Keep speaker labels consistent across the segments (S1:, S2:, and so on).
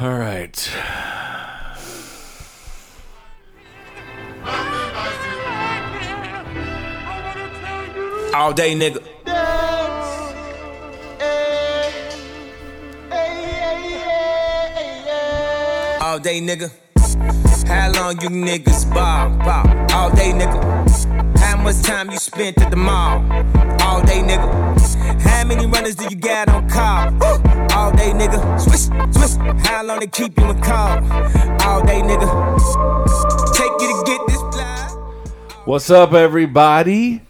S1: All right.
S2: All day, nigga. All day, nigga. How long you niggas ball, ball? All day, nigga. How much time you spent at the mall? All day, nigga. How many runners do you got on call? Woo! All day, nigga. Swish, swish. How long they keep you in call? All day, nigga. Take you to get this fly.
S1: What's up, everybody?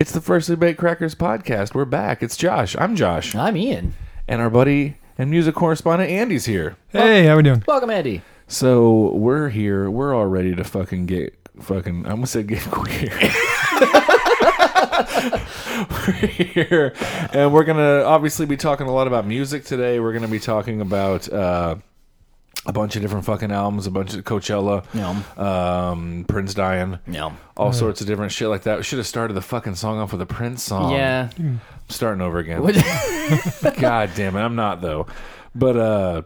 S1: It's the Freshly Baked Crackers podcast. We're back. It's Josh. I'm Josh.
S3: I'm Ian.
S1: And our buddy and music correspondent Andy's here.
S4: Hey, how we doing?
S3: Welcome, Andy.
S1: So we're here. We're all ready to fucking get fucking. I almost said get queer. we're here, and we're gonna obviously be talking a lot about music today. We're gonna be talking about uh, a bunch of different fucking albums, a bunch of Coachella,
S3: Yum.
S1: um, Prince dying,
S3: Yum.
S1: all sorts of different shit like that. We should have started the fucking song off with a Prince
S5: Um,
S1: song.
S3: yeah.
S1: I'm starting over again.
S3: What-
S1: God damn it, I'm not though. But uh,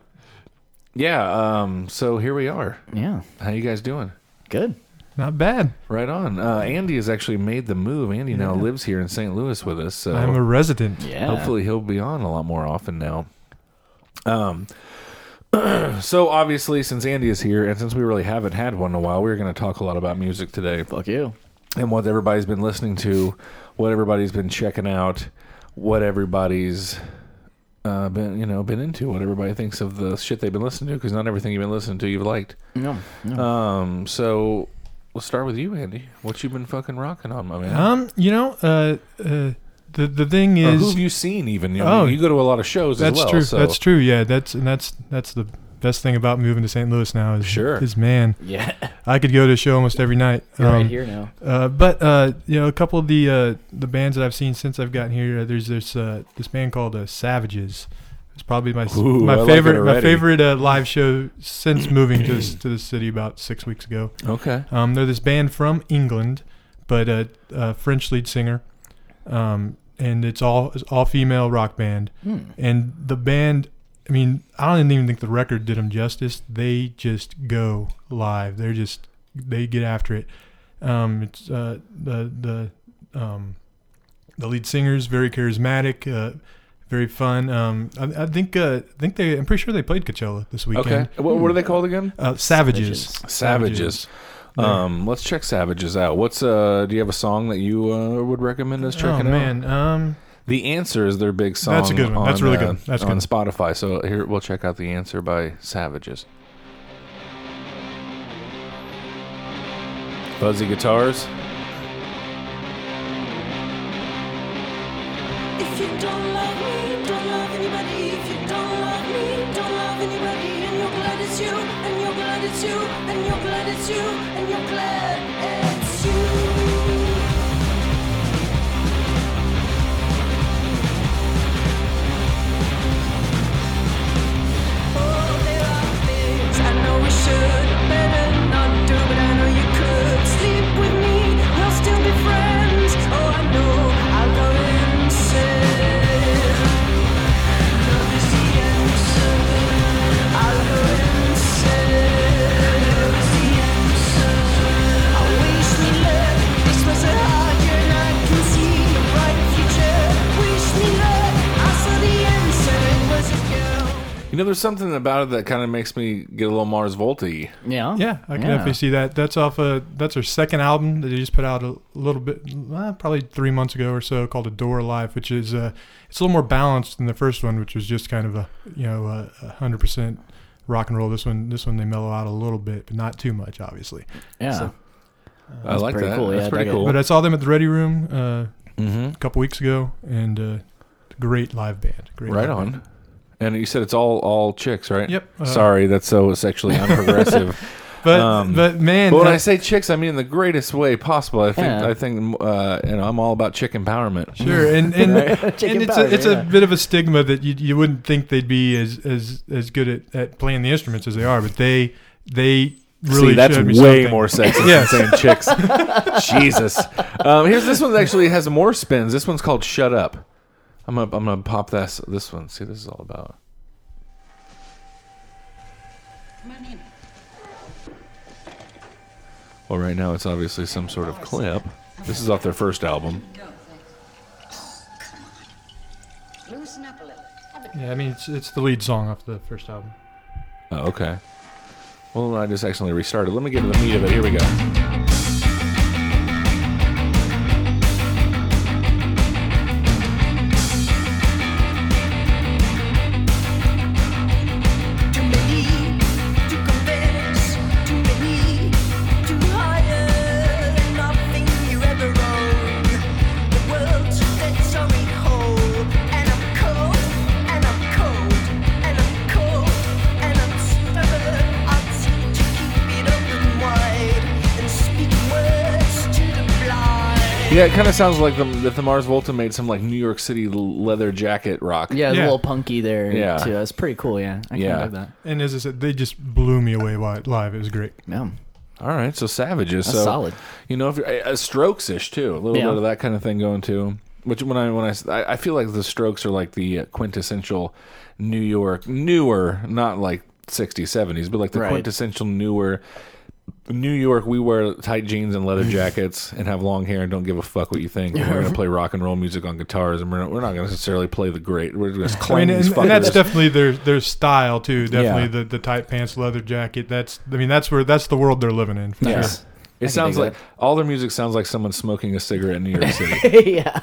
S1: yeah. Um, so here we are.
S3: yeah.
S1: How you guys doing?
S3: Good.
S4: Not bad.
S1: Right on. Uh, Andy has actually made the move. Andy now lives here in St. Louis with us, so
S4: I'm a resident.
S3: Yeah.
S1: hopefully he'll be on a lot more often now. Um, so obviously, since Andy is here, and since we really haven't had one in a while, we are going to talk a lot about music today
S3: Fuck you.
S1: and what everybody's been listening to, what everybody's been checking out, what everybody's uh, been you know been into, what everybody thinks of the shit they've been listening to, because not everything you've been listening to you've liked.
S3: No. no.
S1: Um, so we'll start with you, Andy. What you been fucking rocking on, my man?
S4: Um, you know, uh, uh the the thing
S1: Or who have
S4: is
S1: you seen? Even you, know,
S4: Oh.
S1: you go to a lot of shows.
S4: that's
S1: as well,
S4: true.
S1: So.
S4: That's true. Yeah, that's and that's that's the best thing about moving to St. Louis now is
S1: Sure.
S4: is man,
S3: yeah.
S4: I could go to a show almost every night.
S3: You're right
S4: Um,
S3: here now.
S4: Uh, but uh, you know, a couple of the uh, the bands that I've seen since I've gotten here, uh, there's this uh, this band called uh, Savages. It's probably my s
S1: Ooh, I
S4: my
S1: like it
S4: favorite my
S1: already.
S4: favorite uh, live show since moving to this, to the city about six weeks ago.
S1: Okay.
S4: Um, they're this band from England, but a, a French lead singer, um, and it's all it's all female rock band. And the band, I mean, I don't even think the record did them justice. They just go live. They're just they get after it. Um, it's uh, the the um, the lead singer's very charismatic. Uh, very fun. Um, I, I think. Uh, I think they. I'm pretty sure they played Coachella this weekend.
S1: Okay. What, what are they called again?
S4: Uh, Savages.
S1: Savages. Um, let's check Savages out. What's uh? Do you have a song that you uh, would recommend us
S4: Oh
S1: checking out?
S4: man. Um,
S1: The answer is their big song.
S4: That's a good one. That's
S1: on,
S4: really
S1: uh,
S4: good. That's
S1: on
S4: good.
S1: Spotify. So here we'll check out the answer by Savages. Fuzzy guitars.
S6: If you don't love me, don't love anybody. If you don't love me, don't love anybody. And you're glad it's you, and you're glad it's you, and you're glad it's you, and you're glad it's you. Oh, there are things I know we should better not do, but I know you could sleep with me. We'll still be friends. Oh, I know I'll go insane. Love is the answer. I'll go insane. Love is the answer. I wish me luck. This was a hard year, and I can see a bright future. Wish me luck. I saw the answer. It was a girl.
S1: You know, there's something about it that kind of makes me get a little Mars Volty.
S3: Yeah.
S4: Yeah, I can definitely see that. That's off uh that's her second album that they just put out a little bit, uh, probably three months ago or so, called "A Door Life," which is uh, it's a little more balanced than the first one, which was just kind of a you know a hundred percent rock and roll. This one, this one they mellow out a little bit, but not too much, obviously.
S3: Yeah.
S1: I like
S3: pretty
S1: that.
S3: cool. Yeah,
S1: That's
S3: I
S1: pretty
S3: dig it.
S1: cool.
S4: But uh, I saw them at the Ready Room uh,
S1: mm-hmm.
S4: a couple weeks ago, and uh, great live band. Great
S1: Right
S4: live band.
S1: on. And you said it's all all chicks, right?
S4: Yep. Uh,
S1: Sorry, that's so sexually unprogressive.
S4: But
S1: Um,
S4: but man,
S1: but when I
S4: that-
S1: say chicks, I mean in the greatest way possible. I think
S3: Yeah.
S1: I think uh, you know I'm all about chick empowerment.
S4: Sure, and and,
S3: Chicken
S4: and it's
S3: powder,
S4: a, it's
S3: yeah.
S4: a bit of a stigma that you, you wouldn't think they'd be as as as good at, at playing the instruments as they are, but they they really
S1: See, that's
S4: showed me
S1: way
S4: something.
S1: more sexy
S4: Yes.
S1: than saying chicks. Jesus. Um, here's this one that actually has more spins. This one's called "Shut Up." I'm gonna I'm gonna pop this this one. See, this is all about. Well, right now it's obviously some sort of clip. This is off their first album.
S3: Loosen up a little.
S4: Yeah, I mean it's it's the lead song off the first album.
S1: Oh, okay. Well, I just accidentally restarted. Let me get to the meat of it. Here we go.
S6: Too many to confess, too many to hide. Nothing you ever own. The world's a dead sorry hole, and I'm cold, and I'm cold, and I'm cold, and I'm stubborn. I seem to keep it open wide and speak words to the blind.
S1: Yeah, it kind of sounds like the, that the Mars Volta made some like New York City l- leather jacket rock.
S5: Yeah, it's a
S4: Yeah.
S5: little punky there
S1: Yeah.
S5: too. That's pretty cool. Yeah, I
S1: Yeah.
S5: can dig that.
S4: And as I said, they just blew me away wi- live. It was great.
S5: Yeah,
S1: All right, so Savages.
S5: That's
S1: so
S5: solid.
S1: You know, if you're, a, a Strokes ish too, a little
S5: Yeah.
S1: bit of that kind of thing going too. Which when I when I s- I, I feel like the Strokes are like the uh, quintessential New York newer, not like 60s 70s, but like the
S5: Right.
S1: quintessential newer. New York, we wear tight jeans and leather jackets and have long hair and don't give a fuck what you think. And We're gonna play rock and roll music on guitars, and we're not, we're not gonna necessarily play the great. We're just
S4: I
S1: claim
S4: mean,
S1: these
S4: and, and that's
S1: fuckers.
S4: definitely their their style too. Definitely
S1: Yeah.
S4: the, the tight pants, leather jacket. That's I mean that's where that's the world they're living in. For sure.
S5: Yes.
S1: It
S5: dig
S1: sounds like
S5: that.
S1: all their music sounds like someone smoking a cigarette in New York City.
S5: yeah.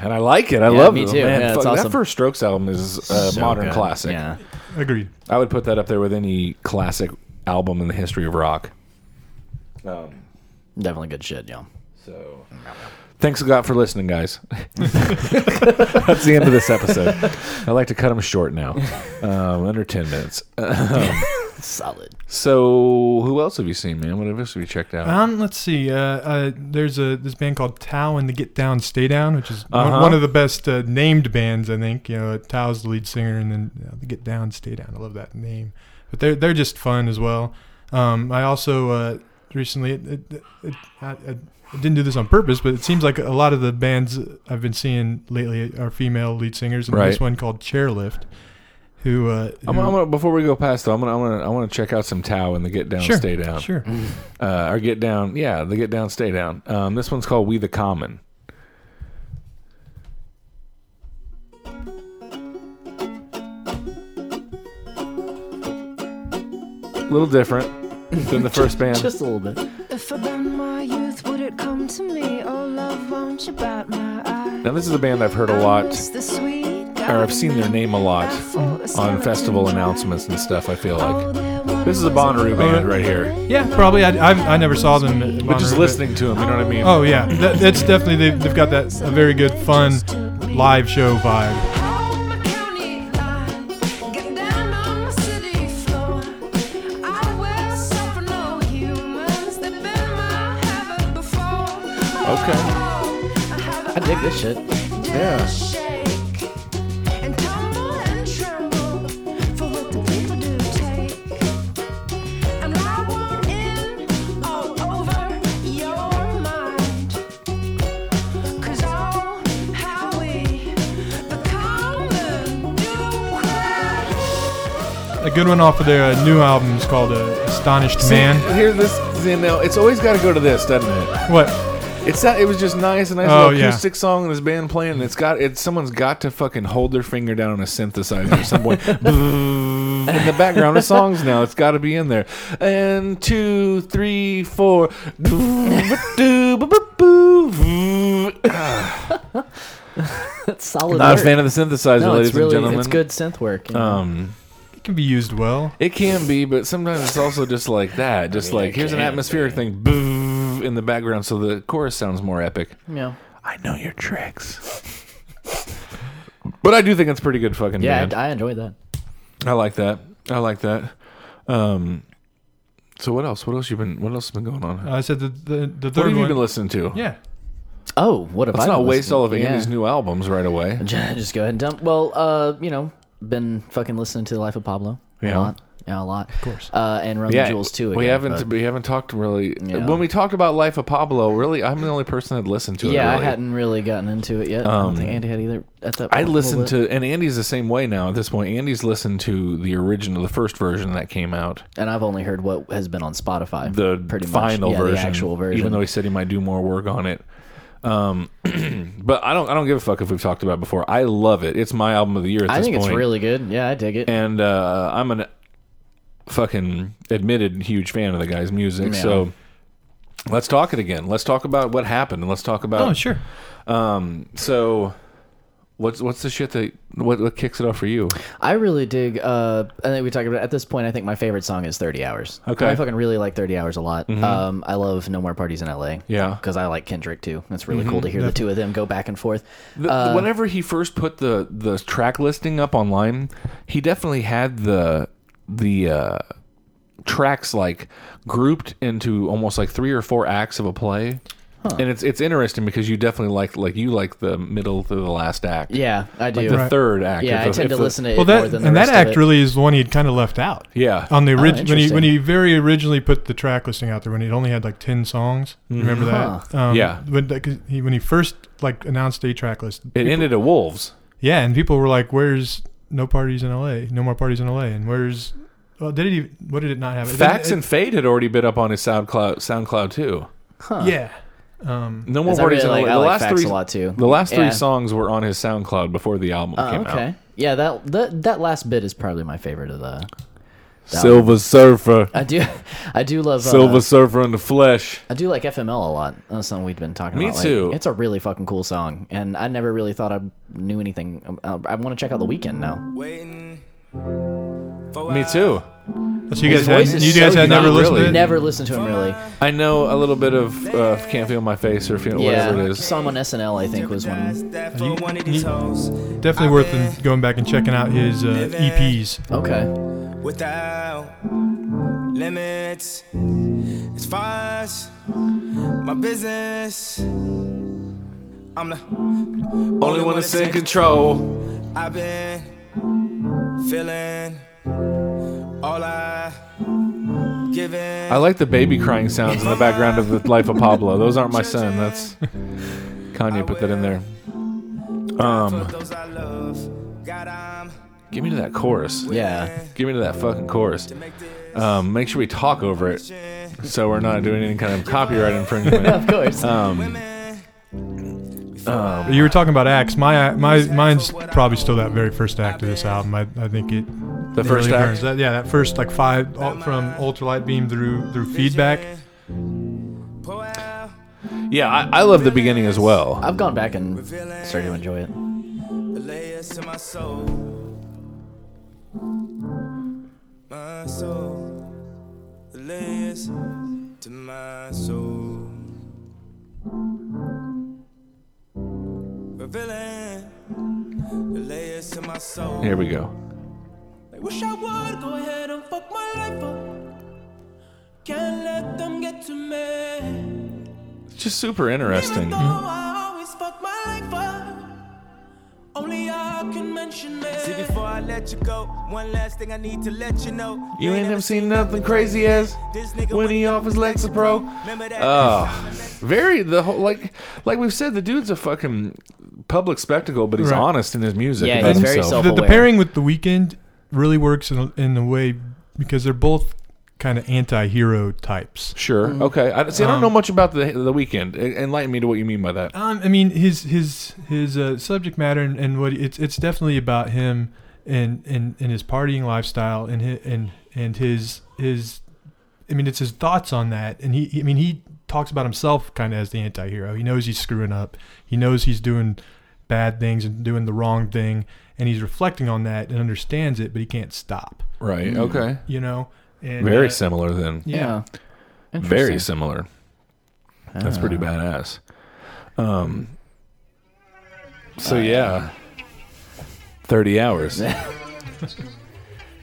S1: and I like it. I
S5: Yeah,
S1: love
S5: me
S1: it.
S5: too.
S1: Man,
S5: Yeah, it's
S1: fuck, That
S5: awesome.
S1: first Strokes album is a
S5: So
S1: Uh, modern
S5: good.
S1: classic.
S5: Yeah,
S4: Agreed.
S1: I would put that up there with any classic album in the history of rock.
S5: definitely good shit, y'all.
S1: So, thanks a lot for listening, guys. That's the end of this episode. I like to cut them short now, um, under ten minutes. Uh,
S5: Solid.
S1: so, who else have you seen, man? What else have you checked out?
S4: Um, let's see. Uh, uh, there's a this band called Tao and the Get Down Stay Down, which is one-
S1: Uh-huh.
S4: one of the best uh, named bands, I think. You know, Tao's the lead singer, and then uh, the Get Down Stay Down. I love that name. But they're they're just fun as well. Um, I also uh, recently it, it, it, I, I I didn't do this on purpose, but it seems like a lot of the bands I've been seeing lately are female lead singers, and
S1: Right.
S4: this one called Chairlift, who, uh, who
S1: I'm, I'm gonna, before we go past though, I'm gonna, I'm gonna, I want to check out some Tao and the Get Down,
S4: sure,
S1: Stay Down,
S4: sure.
S1: uh, or Get Down, yeah, the Get Down, Stay Down. Um, this one's called We the Common. little different than the first band.
S5: Just a little bit.
S7: If I burned my youth, would it come to me? Oh, love, won't you bat my eye?
S1: now, this is a band I've heard a lot, or I've seen their name a lot on festival announcements and stuff. I feel
S7: Oh,
S1: like this is a Bonnaroo band right here.
S4: Yeah, probably. I, I, I never saw them. at
S1: But just
S4: Bonnaroo,
S1: listening to them, you know what I mean?
S4: Oh yeah, that, that's definitely they've, they've got that a very good fun live show vibe.
S1: Okay.
S7: Oh,
S5: I dig this shit.
S1: Yeah.
S6: Shake and tumble and tremble for what the people do take. And I want in all over your mind. 'Cause oh, how we, the common do cry.
S4: A good one off of their uh, new album is called uh, Astonished Man.
S1: See, here this you know, it's always got to go to this, doesn't it?
S4: What?
S1: It's not, it was just nice, a nice
S4: Oh,
S1: little
S4: yeah.
S1: acoustic song and this band playing. And it's got it. Someone's got to fucking hold their finger down on a synthesizer at some point. in the background of songs now, it's got to be in there. And two, three, four. Not
S5: That's solid.
S1: a
S5: work.
S1: fan of the synthesizer,
S5: No,
S1: ladies
S5: it's really
S1: and gentlemen.
S5: it's good synth work. you know?
S1: Um,
S4: It can be used well.
S1: It can be, but sometimes it's also just like that. Just like here's an atmospheric thing boo, in the background, so the chorus sounds more epic.
S5: yeah.
S1: I know your tricks, but I do think it's pretty good fucking
S5: Yeah,
S1: band. I,
S5: I, I enjoyed that.
S1: like that. I like that. Um, so what else? What else you been? What else has been going on?
S4: Uh, I said the the, the
S1: what
S4: third
S1: have you
S4: one.
S1: been listening to?
S4: yeah,
S5: Oh, what have
S1: Let's
S5: I been
S1: not waste
S5: listening-
S1: all of
S5: yeah.
S1: Andy's new albums right away.
S5: Just go ahead and dump. Well, uh, you know, been fucking listening to the Life of Pablo.
S1: Yeah.
S5: A lot. Yeah, a lot. Of
S4: course.
S5: Uh, and Rum and Jewels too.
S1: we
S5: again,
S1: haven't
S5: but-
S1: we haven't talked really.
S5: Yeah.
S1: When we talked about Life of Pablo, really, I'm the only person that listened to it.
S5: yeah,
S1: really.
S5: I hadn't really gotten into it yet. I
S1: Um,
S5: don't think Andy had either at that.
S1: I
S5: point, a little
S1: listened
S5: bit.
S1: to, and Andy's the same way now. At this point, Andy's listened to the original, the first version that came out,
S5: and I've only heard what has been on Spotify.
S1: the
S5: pretty much.
S1: final
S5: Yeah,
S1: version,
S5: the actual version.
S1: Even though he said he might do more work on it, um, but I don't, I don't give a fuck if we've talked about it before. I love it. It's my album of the year. At
S5: I
S1: this
S5: think it's
S1: point.
S5: really good. Yeah, I dig it.
S1: and uh, I'm an fucking admitted huge fan of the guy's music.
S5: Yeah.
S1: So let's talk it again. Let's talk about what happened. and Let's talk about
S4: Oh, sure.
S1: so. What's what's the shit that what, what kicks it off for you?
S5: I really dig. Uh, I think we talked about at this point. I think my favorite song is Thirty Hours.
S1: Okay. Mm-hmm.
S5: I fucking really like Thirty Hours a lot. Um, I love No More Parties in L.A.
S1: Yeah. Mm-hmm.
S5: because I like Kendrick too. It's really cool to hear the two of them go back and forth.
S1: The,
S5: Uh,
S1: whenever he first put the the track listing up online, he definitely had the the uh, tracks like grouped into almost like three or four acts of a play. And it's it's interesting because you definitely like like you like the middle to the last act.
S5: Yeah, I do.
S1: the
S4: Right.
S1: third act. if
S5: yeah, I
S1: the-
S5: tend
S1: if
S5: to
S1: the-
S5: listen to it
S4: Well,
S5: more
S4: that
S5: than the
S4: and that
S5: rest
S4: act
S5: of it. Oh,
S4: really is the one he'd kind of left out.
S1: Yeah.
S4: On the original, when he
S5: interesting.
S4: when he very originally put the track listing out there, when it only had like ten songs, You remember
S5: Mm-hmm.
S4: that? Um,
S1: Yeah.
S4: When that, 'cause he when he first like announced a track list,
S1: it ended at Wolves.
S4: yeah, and people were like, "Where's no parties in L.A. No more parties in L.A. And where's well, did it even, what did it not have? It didn't-
S1: Facts and Fade had already been up on his SoundCloud SoundCloud too.
S4: it, yeah, um,
S1: No more
S5: 'Cause I
S1: parties.
S5: really
S1: in LA.
S5: like- I
S1: the
S5: like
S1: last
S5: Facts
S1: three
S5: a lot, too.
S1: The last three
S5: Yeah.
S1: songs were on his SoundCloud before the album
S5: Oh,
S1: came
S5: okay.
S1: out.
S5: Yeah, that, that that last bit is probably my favorite of the. that one.
S1: Surfer,
S5: I do, I do love uh,
S1: Surfer in the flesh.
S5: I do like FML a lot. That's something we've been talking
S1: Me
S5: about.
S1: too.
S5: Like, it's a really fucking cool song, and I never really thought I knew anything. ab- ab- I want to check out the weekend now.
S2: Waiting for
S1: Me too.
S4: so you guys
S5: His voice
S4: had
S5: is
S4: you guys
S5: so
S4: had never
S1: unique.
S4: listened
S1: Really.
S4: to it.
S5: Never listened to him really.
S1: I know a little bit of uh, Can't Feel My Face or feel, whatever it
S5: Yeah,
S1: is.
S5: song on SNL I think was one.
S2: That
S4: You-
S2: for one of these
S4: you-
S2: hoes
S4: Definitely worth going back and checking out his uh, EPs.
S5: Okay,
S2: without limits. As far as my business, I'm the
S1: Only one that's in control.
S2: I've been feeling all I given.
S1: I like the baby crying sounds in the background of the Life of Pablo. Those aren't my son. That's Kanye put that in there.
S5: Um,
S2: for those I love. God, I'm
S1: Give me to that chorus.
S5: yeah,
S1: Give me to that fucking chorus.
S2: make this
S4: Uh,
S1: Um, make sure we talk over it so we're not doing any kind of copyright infringement.
S5: of course.
S1: Um,
S4: You were talking about acts. My uh, my mine's probably still that very first act of this album. I, I think it.
S1: The
S4: it
S1: first
S4: really
S1: act?
S4: burns. That, yeah, that first like five all, from ultralight beam through through feedback.
S2: pull out.
S1: yeah, I, I love the beginning as well.
S5: I've gone back and started to enjoy it.
S2: the layers to my soul. My soul, the layers to my soul. Revealing the layers to my soul.
S1: Here we go.
S2: I wish I would go ahead and fuck my life up. Can't let them get to me.
S1: It's just super
S2: Even
S1: interesting.
S2: though I always fuck my life up. Only I can mention it. See, before I let you go, one last thing I need to let you know.
S1: You ain't never seen nothing crazy as
S2: This nigga
S1: when he offers Lexapro.
S2: Remember that?
S1: Oh, very the whole like like we've said the dude's a fucking public spectacle, but he's
S4: Right.
S1: honest in his music.
S5: Yeah,
S1: about
S5: he's very
S1: himself.
S4: The, the
S5: Self-aware.
S4: pairing with the weekend really works in a, in a way because they're both kind of anti-hero types.
S1: Sure. Okay. I, see, I don't know much about the the weekend. E, Enlighten me to what you mean by that.
S4: Um, I mean his his his uh, subject matter and, and what it's it's definitely about him and and, and his partying lifestyle and his, and and his his I mean it's his thoughts on that and he I mean he talks about himself kind of as the anti-hero. He knows he's screwing up. He knows he's doing bad things and doing the wrong thing and he's reflecting on that and understands it but he can't stop,
S1: Right. Okay.
S4: you know. And,
S1: Mm. Very
S4: uh,
S1: similar then.
S5: Yeah,
S1: Very
S5: Interesting.
S1: similar. That's pretty
S5: Ah.
S1: badass. Um. So yeah, thirty hours.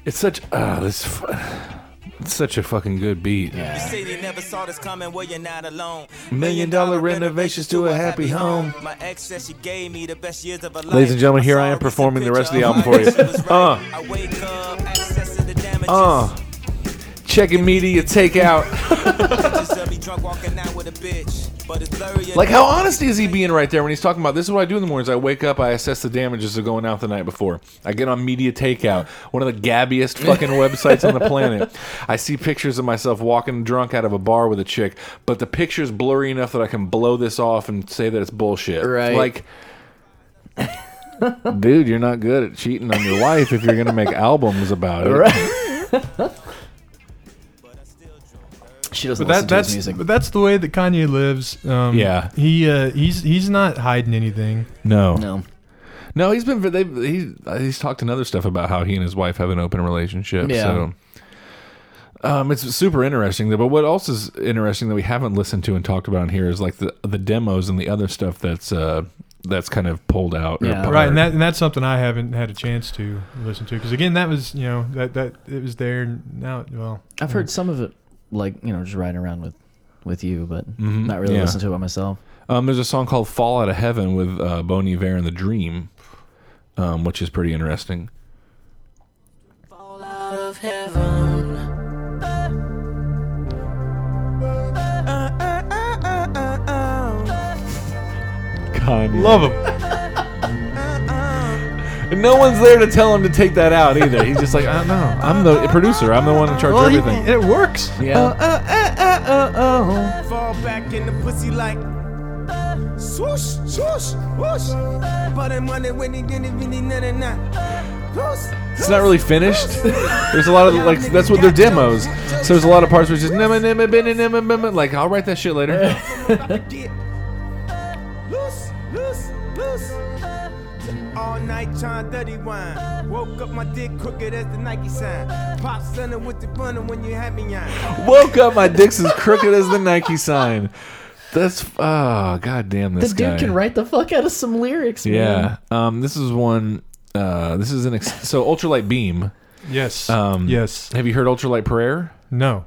S1: it's such ah this f- Such a fucking good beat.
S2: You say you never saw this coming, well, you're not alone.
S1: Million dollar renovations to a happy home.
S2: My ex said she gave me the best years of her life.
S1: Ladies and gentlemen, here I am performing the rest of the album for you. Uh.
S2: I wake up, access to the damages.
S1: Uh, checking media takeout.
S2: Just every drunk walking out with a bitch. But it's blurry.
S1: Like, how honest is he being right there when he's talking about this is what I do in the mornings? I wake up, I assess the damages of going out the night before. I get on media takeout, one of the gabbiest fucking websites on the planet. I see pictures of myself walking drunk out of a bar with a chick, but the picture's blurry enough that I can blow this off and say that it's bullshit.
S5: Right.
S1: Like, dude, you're not good at cheating on your wife if you're gonna make albums about it.
S5: She doesn't
S4: But that,
S5: listen to his
S4: that's
S5: music.
S4: but that's the way that Kanye lives. Um,
S1: Yeah.
S4: he uh, he's he's not hiding anything.
S1: No.
S5: no.
S1: No, he's been they he's he's talked another stuff about how he and his wife have an open relationship.
S5: Yeah.
S1: So um, it's super interesting though. But what else is interesting that we haven't listened to and talked about in here is like the the demos and the other stuff that's uh that's kind of pulled out. or
S5: Yeah.
S1: apart.
S4: Right, and that and that's something I haven't had a chance to listen to because again, that was you know that that it was there. and Now, well,
S5: I've heard some of it, like you know, just riding around with, with you, but not really
S1: Mm-hmm. yeah.
S5: listening to it by myself.
S1: Um, there's a song called "Fall Out of Heaven" with uh, Bon Iver and the Dream, um, which is pretty interesting.
S6: Fall out of heaven.
S4: love him.
S1: And no one's there to tell him to take that out either. He's just like, I don't know. I'm the producer. I'm the one in charge
S4: Well,
S1: of
S4: he-
S1: everything.
S4: it works.
S1: yeah.
S2: Fall back in the pussy like. Swoosh, swoosh, whoosh. But the money when he didn't really none and not.
S1: It's not really finished. There's a lot of like that's what they're demos. So there's a lot of parts where it's just nimma nimma binna nimma nimma. Like I'll write that shit later.
S2: Loose, loose, loose. All night trying dirty wine. Woke up my dick crooked as the Nike sign. Pop center with the bunny when you had me on.
S1: Woke up, my dick's as crooked as the Nike sign. That's oh god damn this
S5: This dude
S1: guy.
S5: can write the fuck out of some lyrics.
S1: Yeah. Um. This is one. Uh. This is an ex- so ultralight beam.
S4: Yes.
S1: Um,
S4: yes.
S1: Have you heard ultralight prayer?
S4: No.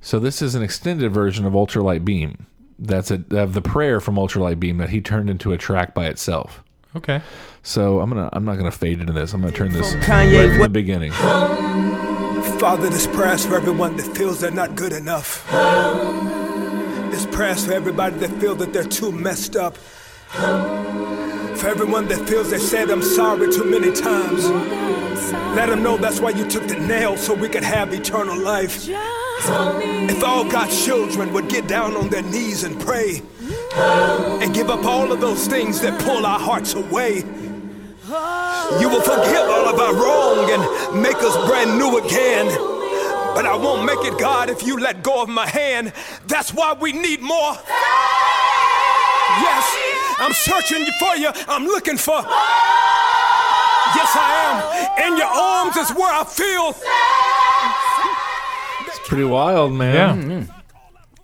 S1: So this is an extended version of ultralight beam. That's a of the prayer from ultralight beam that he turned into a track by itself.
S4: Okay.
S1: So I'm gonna I'm not gonna fade into this. I'm gonna turn this
S2: Kanye
S1: right from the
S2: West.
S1: beginning.
S8: Father, this prayer's for everyone that feels they're not good enough. This prayer's for everybody that feel that they're too messed up. For everyone that feels they said I'm sorry too many times. Let them know that's why you took the nail so we could have eternal life. If all God's children would get down on their knees and pray and give up all of those things that pull our hearts away. You will forgive all of our wrong and make us brand new again. But I won't make it, God, if you let go of my hand. That's why we need more. Yes, I'm searching for you. I'm looking for. Yes, I am. In your arms is where I feel.
S1: It's pretty wild, man.
S4: Yeah.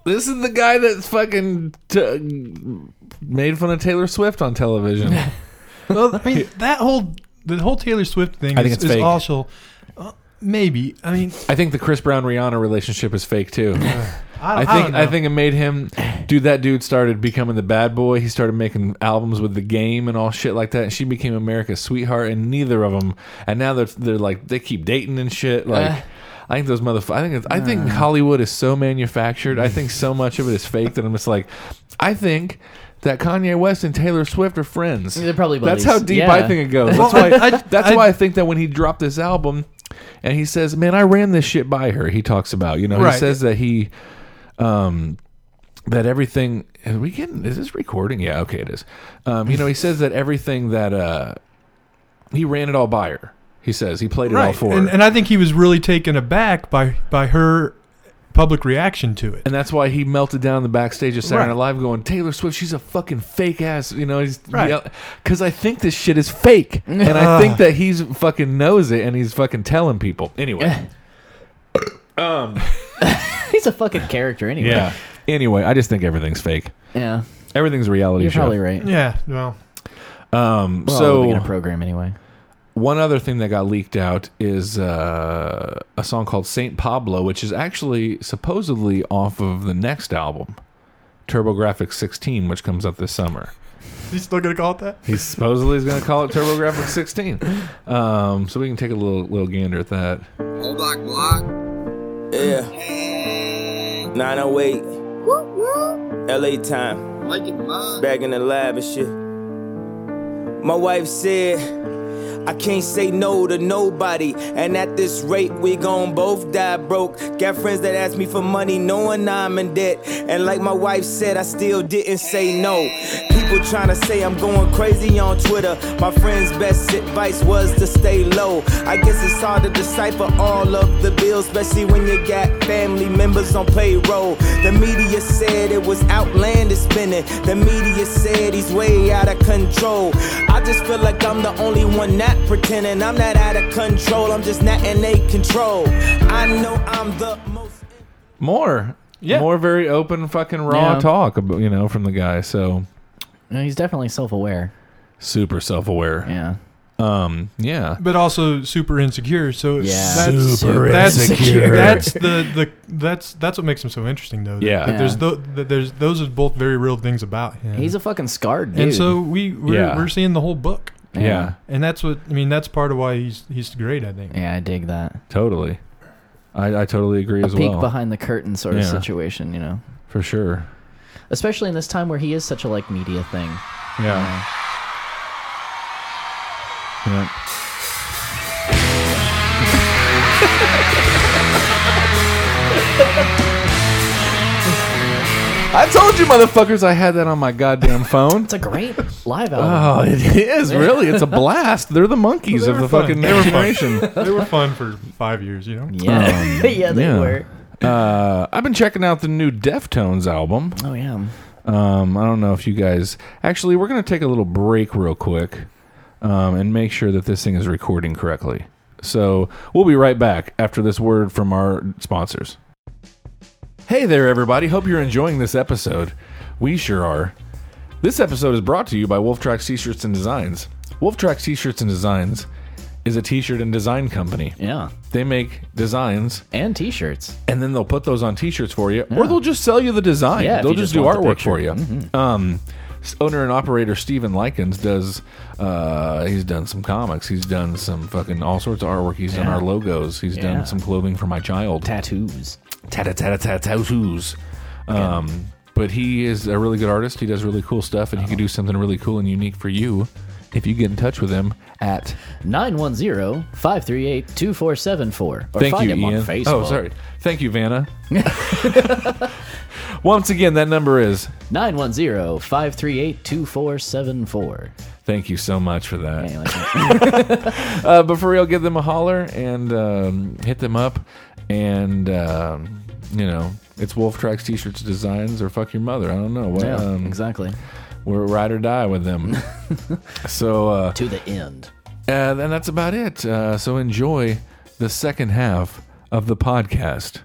S1: This is the guy that's fucking t- made fun of Taylor Swift on television.
S4: Well, I mean that whole the whole Taylor Swift thing
S1: I
S4: is,
S1: think it's
S4: is
S1: fake.
S4: also uh, maybe. I mean,
S1: I think the Chris Brown Rihanna relationship is fake too.
S4: I,
S1: I
S4: don't- I
S1: think
S4: don't
S1: I,
S4: know.
S1: think it made him dude that dude started becoming the bad boy. He started making albums with the game and all shit like that. And she became America's sweetheart and neither of them and now they're they're like they keep dating and shit
S4: Eh.
S1: like
S5: Uh.
S1: I think those motherfuckers. I think it's, I think Hollywood is so manufactured. I think so much of it is fake that I'm just like, I think that Kanye West and Taylor Swift are friends.
S5: They're probably
S1: That's
S5: buddies.
S1: how deep
S5: Yeah.
S1: I think it goes. That's
S4: Well,
S1: why.
S4: I- I-
S1: that's
S4: I-
S1: why I think that when he dropped this album, and he says, "Man, I ran this shit by her," he talks about. You know,
S4: Right.
S1: he says that he, um, that everything. Are we getting? Is this recording? Yeah, okay, it is. Um, you know, he says that everything that uh, he ran it all by her. He says he played it all
S4: right.
S1: for
S4: And,
S1: her.
S4: and I think he was really taken aback by by her public reaction to it.
S1: And that's why he melted down in the backstage of Saturday
S4: Right.
S1: Night Live, going, "Taylor Swift, she's a fucking fake ass." You know, he's
S4: Right.
S1: Because I think this shit is fake, and I think that he's fucking knows it, and he's fucking telling people. Anyway,
S5: Um. he's a fucking character anyway.
S1: Anyway, I just think everything's fake.
S5: yeah.
S1: Everything's a reality
S5: You're
S1: show.
S5: probably right.
S4: Yeah. Well.
S1: Um,
S5: Well, so
S1: so
S5: in a program anyway.
S1: One other thing that got leaked out is uh, a song called Saint Pablo, which is actually supposedly off of the next album, TurboGrafx 16, which comes out this summer.
S4: He's still gonna call it that.
S1: He supposedly is going to call it TurboGrafx 16. Um, so we can take a little little gander at that.
S2: Whole block block. Yeah. 908. LA time. Back in the lab and shit. My wife said, I can't say no to nobody. And at this rate, we gon' both die broke. Got friends that ask me for money knowing I'm in debt. And like my wife said, I still didn't say no. People tryna say I'm going crazy on Twitter. My friend's best advice was to stay low. I guess it's hard to decipher all of the bills, especially when you got family members on payroll. The media said it was outlandish spending. The media said he's way out of control. I just feel like I'm the only one not pretending. I'm not out of control. I'm just not in a control. I know I'm the most.
S1: More,
S4: Yeah.
S1: more very open fucking raw
S5: Yeah.
S1: talk, about, you know, from the guy. So
S5: No, he's definitely self-aware.
S1: super self-aware.
S5: Yeah.
S1: Um, yeah.
S4: But also super insecure. So
S5: Yeah.
S4: that's
S1: Super
S4: that's,
S1: insecure.
S4: That's the, the that's that's what makes him so interesting, though.
S1: Yeah.
S4: That There's
S5: Yeah.
S4: tho- that there's those are both very real things about him.
S5: He's a fucking scarred dude.
S4: and so we we're,
S1: Yeah.
S4: we're seeing the whole book,
S1: yeah,
S4: and that's what I mean. That's part of why he's he's great. I think.
S5: Yeah, I dig that.
S1: totally. I, I totally agree
S5: A
S1: as
S5: peek
S1: well.
S5: behind the curtain sort of
S1: Yeah.
S5: situation, you know.
S1: For sure.
S5: Especially in this time where he is such a like media thing.
S1: Yeah. yeah. I told you motherfuckers I had that on my goddamn phone.
S5: It's a great live album.
S1: Oh, it is really. It's a blast. They're the monkeys
S4: They
S1: of
S4: were
S1: the
S4: fun.
S1: fucking
S4: They were
S1: new
S4: fun.
S1: generation.
S4: They were fun for five years, you know.
S5: yeah. yeah, they
S1: Oh, yeah.
S5: were.
S1: Uh, I've been checking out the new Deftones album.
S5: Oh yeah.
S1: Um, I don't know if you guys actually. We're gonna take a little break real quick, um, and make sure that this thing is recording correctly. So we'll be right back after this word from our sponsors. Hey there, everybody. Hope you're enjoying this episode. We sure are. This episode is brought to you by Wolf Tracks T-shirts and Designs. Wolf Tracks T-shirts and Designs is a t-shirt and design company.
S5: Yeah.
S1: They make designs
S5: And t-shirts.
S1: and then they'll put those on t-shirts for you or they'll just sell you the design
S5: Yeah, if
S1: they'll
S5: you
S1: just,
S5: just
S1: do
S5: want the
S1: artwork
S5: picture. Mm-hmm.
S1: for you um, s- owner and operator steven likens does uh, he's done some comics he's done some fucking all sorts of artwork he's done
S5: Yeah.
S1: our logos he's
S5: Yeah.
S1: done some clothing for my child
S5: Tattoos.
S1: tata tata tata tattoos um, but he is a really good artist he does really cool stuff and he could do something really cool and unique for you if you get in touch with him at
S5: 910-538-2474. Or
S1: Thank
S5: find
S1: you,
S5: him
S1: Ian.
S5: on Facebook.
S1: Oh, sorry. Thank you, Vanna. Once again, that number is
S5: 910-538-2474.
S1: Thank you so much for that.
S5: Anyway,
S1: Uh, but for real, give them a holler and um, hit them up. And, um, you know, it's Wolf Tracks t shirts, designs, or fuck your mother. I don't know. What,
S5: yeah,
S1: um,
S5: exactly.
S1: We're ride or die with them. so, uh,
S5: To the end.
S1: uh, and that's about it. Uh, so enjoy the second half of the podcast.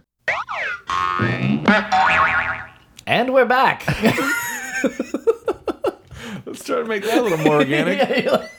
S5: And we're back.
S1: Let's try to make that a little more organic.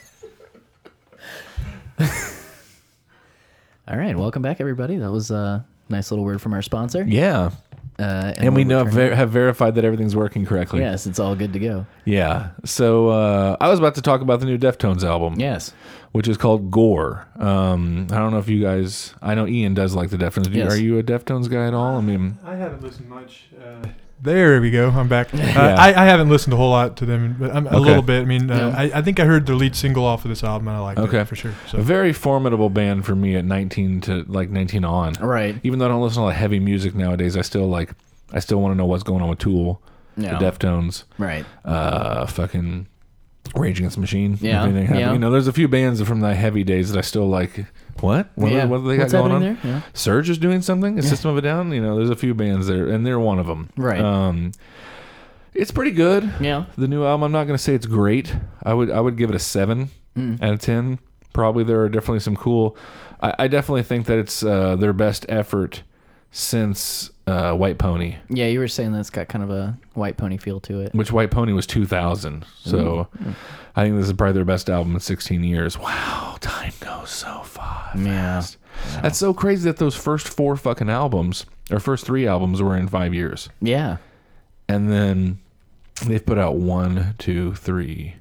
S5: All right, welcome back, everybody. That was a nice little word from our sponsor.
S1: Yeah.
S5: Uh,
S1: And we
S5: we'll
S1: know
S5: return-
S1: ver- have verified that everything's working correctly.
S5: Yes, it's all good to go.
S1: Yeah. So uh, I was about to talk about the new Deftones album.
S5: Yes.
S1: which is called Gore. Um, I don't know if you guys. I know Ian does like the Deftones. Do you-
S5: Yes.
S1: Are you a Deftones guy at all? I mean,
S4: I haven't listened much. Uh, there we go. I'm back. Uh, I, I haven't listened a whole lot to them, but I'm, a
S1: Okay.
S4: little bit. I mean, uh, I, I think I heard their lead single off of this album, and I liked
S1: Okay.
S4: it for sure.
S1: a
S4: So
S1: very formidable band for me at 19 to like 19 on.
S5: Right.
S1: Even though I don't listen to a lot of heavy music nowadays, I still like. I still want to know what's going on with Tool,
S5: Yeah.
S1: the Deftones,
S5: Right.
S1: uh, fucking Rage Against the Machine. if
S5: Yeah,
S1: anything happened.
S5: yeah.
S1: You know, there's a few bands from the heavy days that I still like. What? What,
S5: Yeah.
S1: what do they got
S5: What's
S1: going on?
S5: happening there? Yeah.
S1: Surge is doing something. A System of a Down. You know, there's a few bands there, and they're one of them.
S5: Right.
S1: Um, it's pretty good.
S5: Yeah.
S1: The new album. I'm not gonna say it's great. I would I would give it a seven
S5: Mm.
S1: out of ten. Probably there are definitely some cool. I, I definitely think that it's uh, their best effort since uh, White Pony,
S5: Yeah, you were saying that's got kind of a white pony feel to it. Mm.
S1: which White Pony was 2000. So I think this is probably their best album in 16 years. Wow, time goes so fast.
S5: Yeah.
S1: That's so crazy that those first four fucking albums, or first three albums, were in five years.
S5: Yeah.
S1: And then they've put out one, two, three,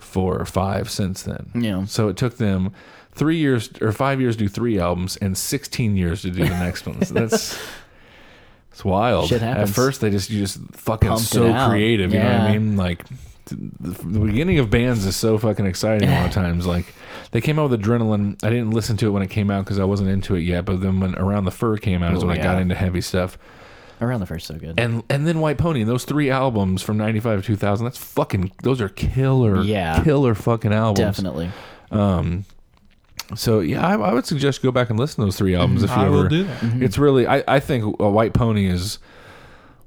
S1: four, five since then.
S5: Yeah.
S1: So it took them three years or five years to do three albums and 16 years to do the next one. So that's. It's wild.
S5: Shit
S1: At
S5: happens.
S1: first, they just you just fucking
S5: Pumped it
S1: so
S5: out.
S1: creative. You know what
S5: Yeah.
S1: I mean? Like th- the, the beginning of bands is so fucking exciting a lot of times. Like they came out with Adrenaline. I didn't listen to it when it came out because I wasn't into it yet. But then when Around the Fur came out is
S5: Oh,
S1: when I
S5: yeah.
S1: got into heavy stuff
S5: Around the first so good.
S1: and and then White Pony. Those three albums from '95 to 2000. That's fucking. Those are killer.
S5: Yeah.
S1: killer fucking albums.
S5: Definitely.
S1: So yeah, I, I would suggest you go back and listen to those three albums if you
S4: Mm-hmm. I
S1: ever.
S4: will do that.
S5: Mm-hmm.
S1: It's really. I I think uh, White Pony is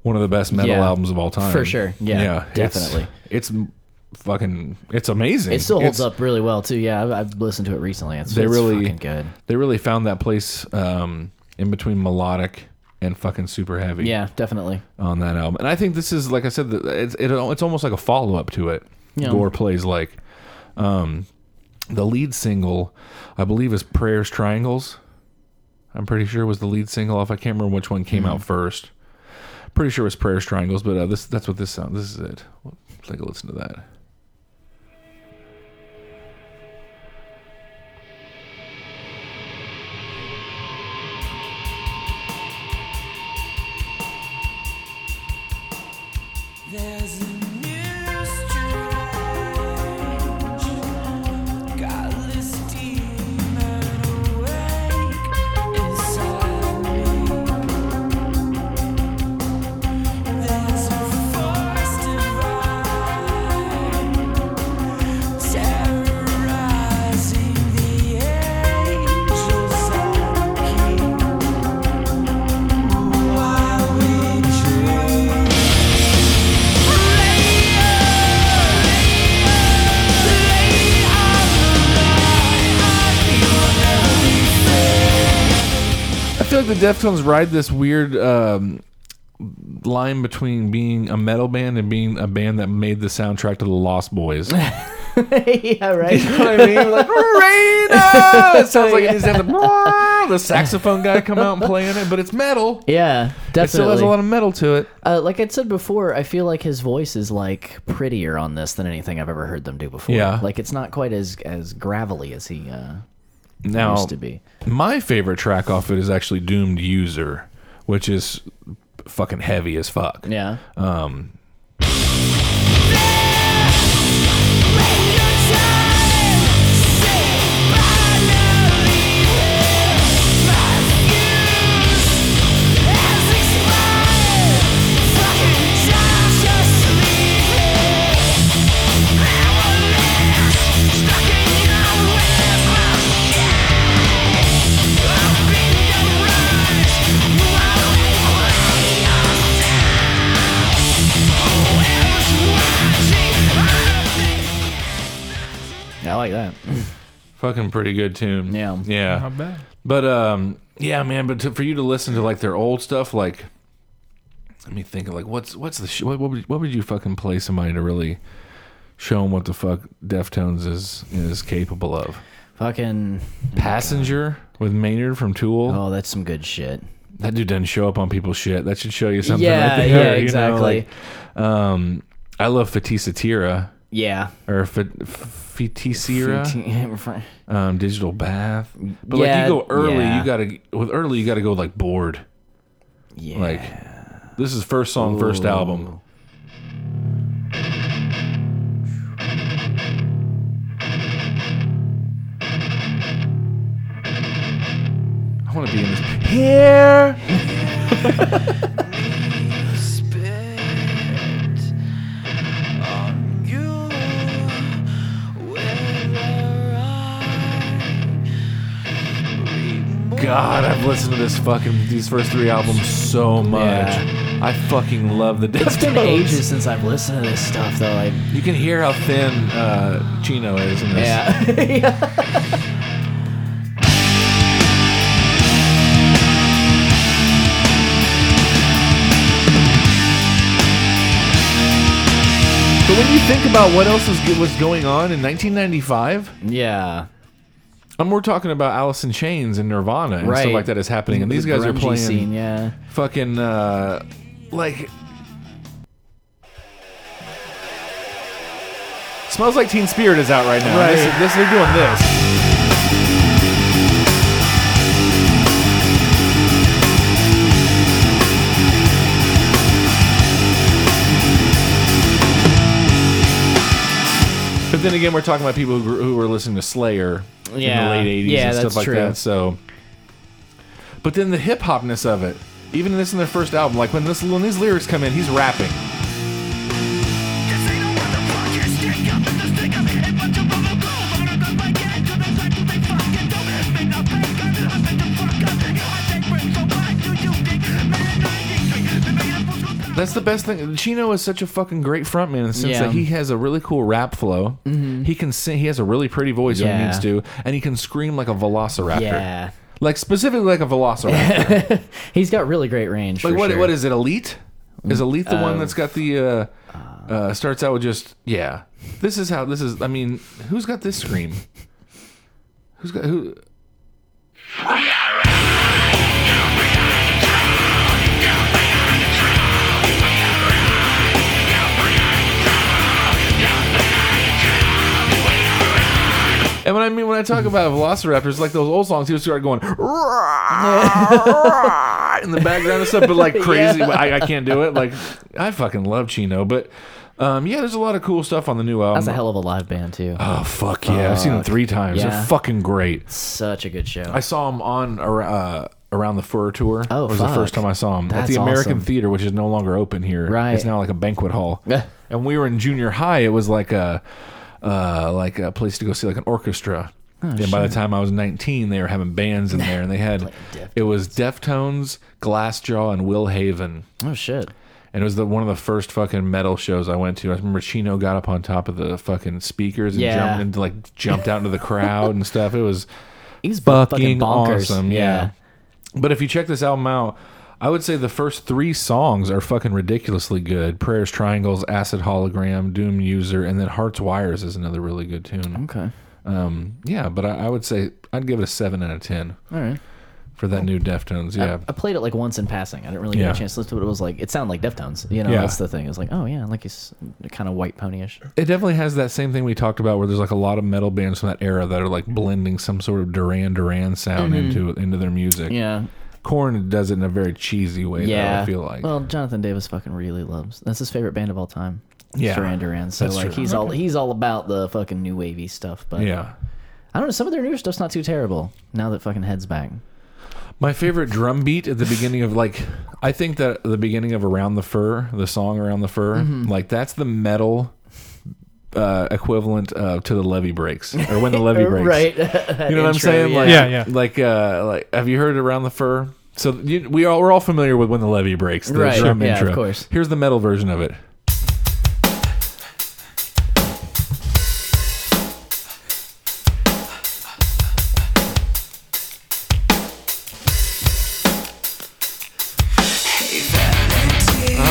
S1: one of the best metal
S5: Yeah.
S1: albums of all time
S5: For sure. Yeah,
S1: it's-
S5: definitely.
S1: It's, m- fucking. It's amazing.
S5: It still holds
S1: It's-
S5: up really well too. Yeah, I've, I've listened to it recently. It's,
S1: They
S5: it's
S1: really-
S5: fucking good.
S1: They really found that place um, in between melodic and fucking super heavy.
S5: Yeah, definitely.
S1: on that album. And I think this is like I said, the- it's it, it's almost like a follow up to it.
S5: Yeah.
S1: Gore plays like um, the lead single, I believe, is "Prayers Triangles." I'm pretty sure was the lead single off. I can't remember which one came out first. Pretty sure it was "Prayers Triangles," but uh, this that's what this sound. This is it. We'll take a listen to that.
S6: There's a new strange godless demon awake inside me. There's a force divine terrorizing the angels I keep. Why we dream?
S1: I feel like the Deftones ride this weird um, line between being a metal band and being a band that made the soundtrack to The Lost Boys. You know
S5: yeah, right.
S1: what I mean? Like, Reno! It sounds like it needs to have the, the saxophone guy come out and playing it, but it's metal.
S5: Yeah, definitely.
S1: It still has a lot of metal to it.
S5: uh, like I said before, I feel like his voice is like prettier on this than anything I've ever heard them do before.
S1: Yeah.
S5: like it's not quite as as gravelly as he uh,
S1: Now,
S5: used to be.
S1: my favorite track off it is actually Doomed User, which is fucking heavy as fuck.
S5: Yeah,
S1: Um,
S5: I like that.
S1: fucking pretty good tune.
S5: Yeah.
S1: Yeah.
S4: Not bad.
S1: But um, yeah, man. But to, for you to listen to like their old stuff, like let me think. Like what's what's the sh- what, what would what would you fucking play somebody to really show them what the fuck Deftones is is capable of?
S5: Fucking
S1: Passenger with Maynard from Tool.
S5: oh, that's some good shit.
S1: That dude doesn't show up on people's shit. That should show you something.
S5: yeah,
S1: right
S5: yeah,
S1: there, you know,
S5: exactly.
S1: like, um, I love Fatisa Tira
S5: yeah.
S1: or Fa- Fatisira.
S5: Fifteen- we're fine.
S1: um, digital bath. But
S5: Yeah,
S1: like you go early,
S5: yeah.
S1: you gotta with early you gotta go like bored.
S5: Yeah.
S1: Like this is first song, first album. I want to be in this. Here,
S6: spit on you whether I read
S1: God, I've listened to this fucking these first three albums so much.
S5: Yeah.
S1: I fucking love the Deftones.
S5: It's been ages since I've listened to this stuff though. Like,
S1: You can hear how thin uh, Chino is in this.
S5: yeah,
S6: Whether
S1: you think about what else was was going on in 1995,
S5: Yeah.
S1: and Um, we're talking about Alice in Chains and Nirvana and stuff
S5: Right.
S1: like that is happening, and these
S5: The
S1: guys are
S5: grungy
S1: playing
S5: Scene, yeah.
S1: fucking uh, like. Smells like Teen Spirit is out right now.
S5: Right.
S1: This, this- they're doing this. But then again, we're talking about people who, grew- who were listening to Slayer in
S5: Yeah.
S1: the late '80s
S5: Yeah,
S1: and stuff
S5: that's
S1: like
S5: true.
S1: that. So, but then the hip hopness of it, even this in their first album, like when this when these lyrics come in, he's rapping. That's the best thing. Chino is such a fucking great frontman in the sense
S5: Yeah. Mm-hmm.
S1: that he has a really cool rap flow. He can sing. He has a really pretty voice when he
S5: Yeah.
S1: needs to, and he can scream like a velociraptor.
S5: Yeah.
S1: Like specifically like a velociraptor.
S5: He's got really great range.
S1: like
S5: for
S1: what?
S5: sure.
S1: What is it? Elite? Is Elite the one that's got the? Uh, uh, starts out with just yeah. This is how this is. I mean, who's got this scream? Who's got who? And when I mean when I talk about velociraptors, like those old songs, he would start going in the background and stuff, but like crazy. I, I can't do it. Like I fucking love Chino, but um, yeah, there's a lot of cool stuff on the new album.
S5: That's a hell of a live band too.
S1: oh fuck yeah! I've seen them three times. They're
S5: Yeah.
S1: fucking great.
S5: Such a good show.
S1: I saw him on ar- uh, around the Fur tour.
S5: Oh,
S1: it was the
S5: fuck.
S1: first time I saw him at
S5: That's
S1: the American
S5: awesome.
S1: Theater, which is no longer open here.
S5: Right.
S1: it's now like a banquet hall.
S5: Yeah.
S1: and we were in junior high. It was like a uh, like a place to go see like an orchestra.
S5: Oh,
S1: and by the time I was 19, they were having bands in there, and they had it was Deftones, Glassjaw, and Will Haven.
S5: oh shit.
S1: And it was the, one of the first fucking metal shows I went to. I remember Chino got up on top of the fucking speakers and
S5: Yeah.
S1: jumped into like jumped out into the crowd and stuff. It was
S5: He's
S1: fucking
S5: fucking bonkers.
S1: awesome. Yeah. But if you check this album out, I would say the first three songs are fucking ridiculously good. Prayers, Triangles, Acid Hologram, Doom User, and then Hearts Wires is another really good tune.
S5: Okay.
S1: Um, yeah, but I, I would say I'd give it a seven out of ten
S5: All right.
S1: for that new Deftones.
S5: I-
S1: Yeah.
S5: I, played it like once in passing. I didn't really
S1: Yeah.
S5: get a chance to listen to it. It was like it sounded like Deftones. You know,
S1: Yeah.
S5: that's the thing. It's like, oh yeah, like he's kind of white ponyish.
S1: It definitely has that same thing we talked about, where there's like a lot of metal bands from that era that are like blending some sort of Duran Duran sound into into their music.
S5: Mm-hmm. Yeah.
S1: Korn does it in a very cheesy way. Yeah,
S5: Yeah.
S1: I feel like.
S5: Well, Jonathan Davis fucking really loves. That's his favorite band of all time.
S1: Yeah.
S5: Yeah. Duran Duran. So
S1: That's
S5: like
S1: true.
S5: he's all he's all about the fucking new wavy stuff. But
S1: yeah,
S5: I don't know. Some of their newer stuff's not too terrible. Now that fucking head's back.
S1: my favorite drum beat at the beginning of like, I think that the beginning of "Around the Fur," the song "Around the Fur," like that's the metal uh, equivalent uh, to the levee breaks or when the levee breaks.
S5: Right. you
S1: you know what I'm saying? Like,
S4: Yeah, yeah.
S1: Like, uh, like, have you heard around the fur? So you, we all we're all familiar with when the levee breaks, the
S5: Right.
S1: drum
S5: Sure. Yeah, of
S1: intro.
S5: course.
S1: Here's the metal version of it.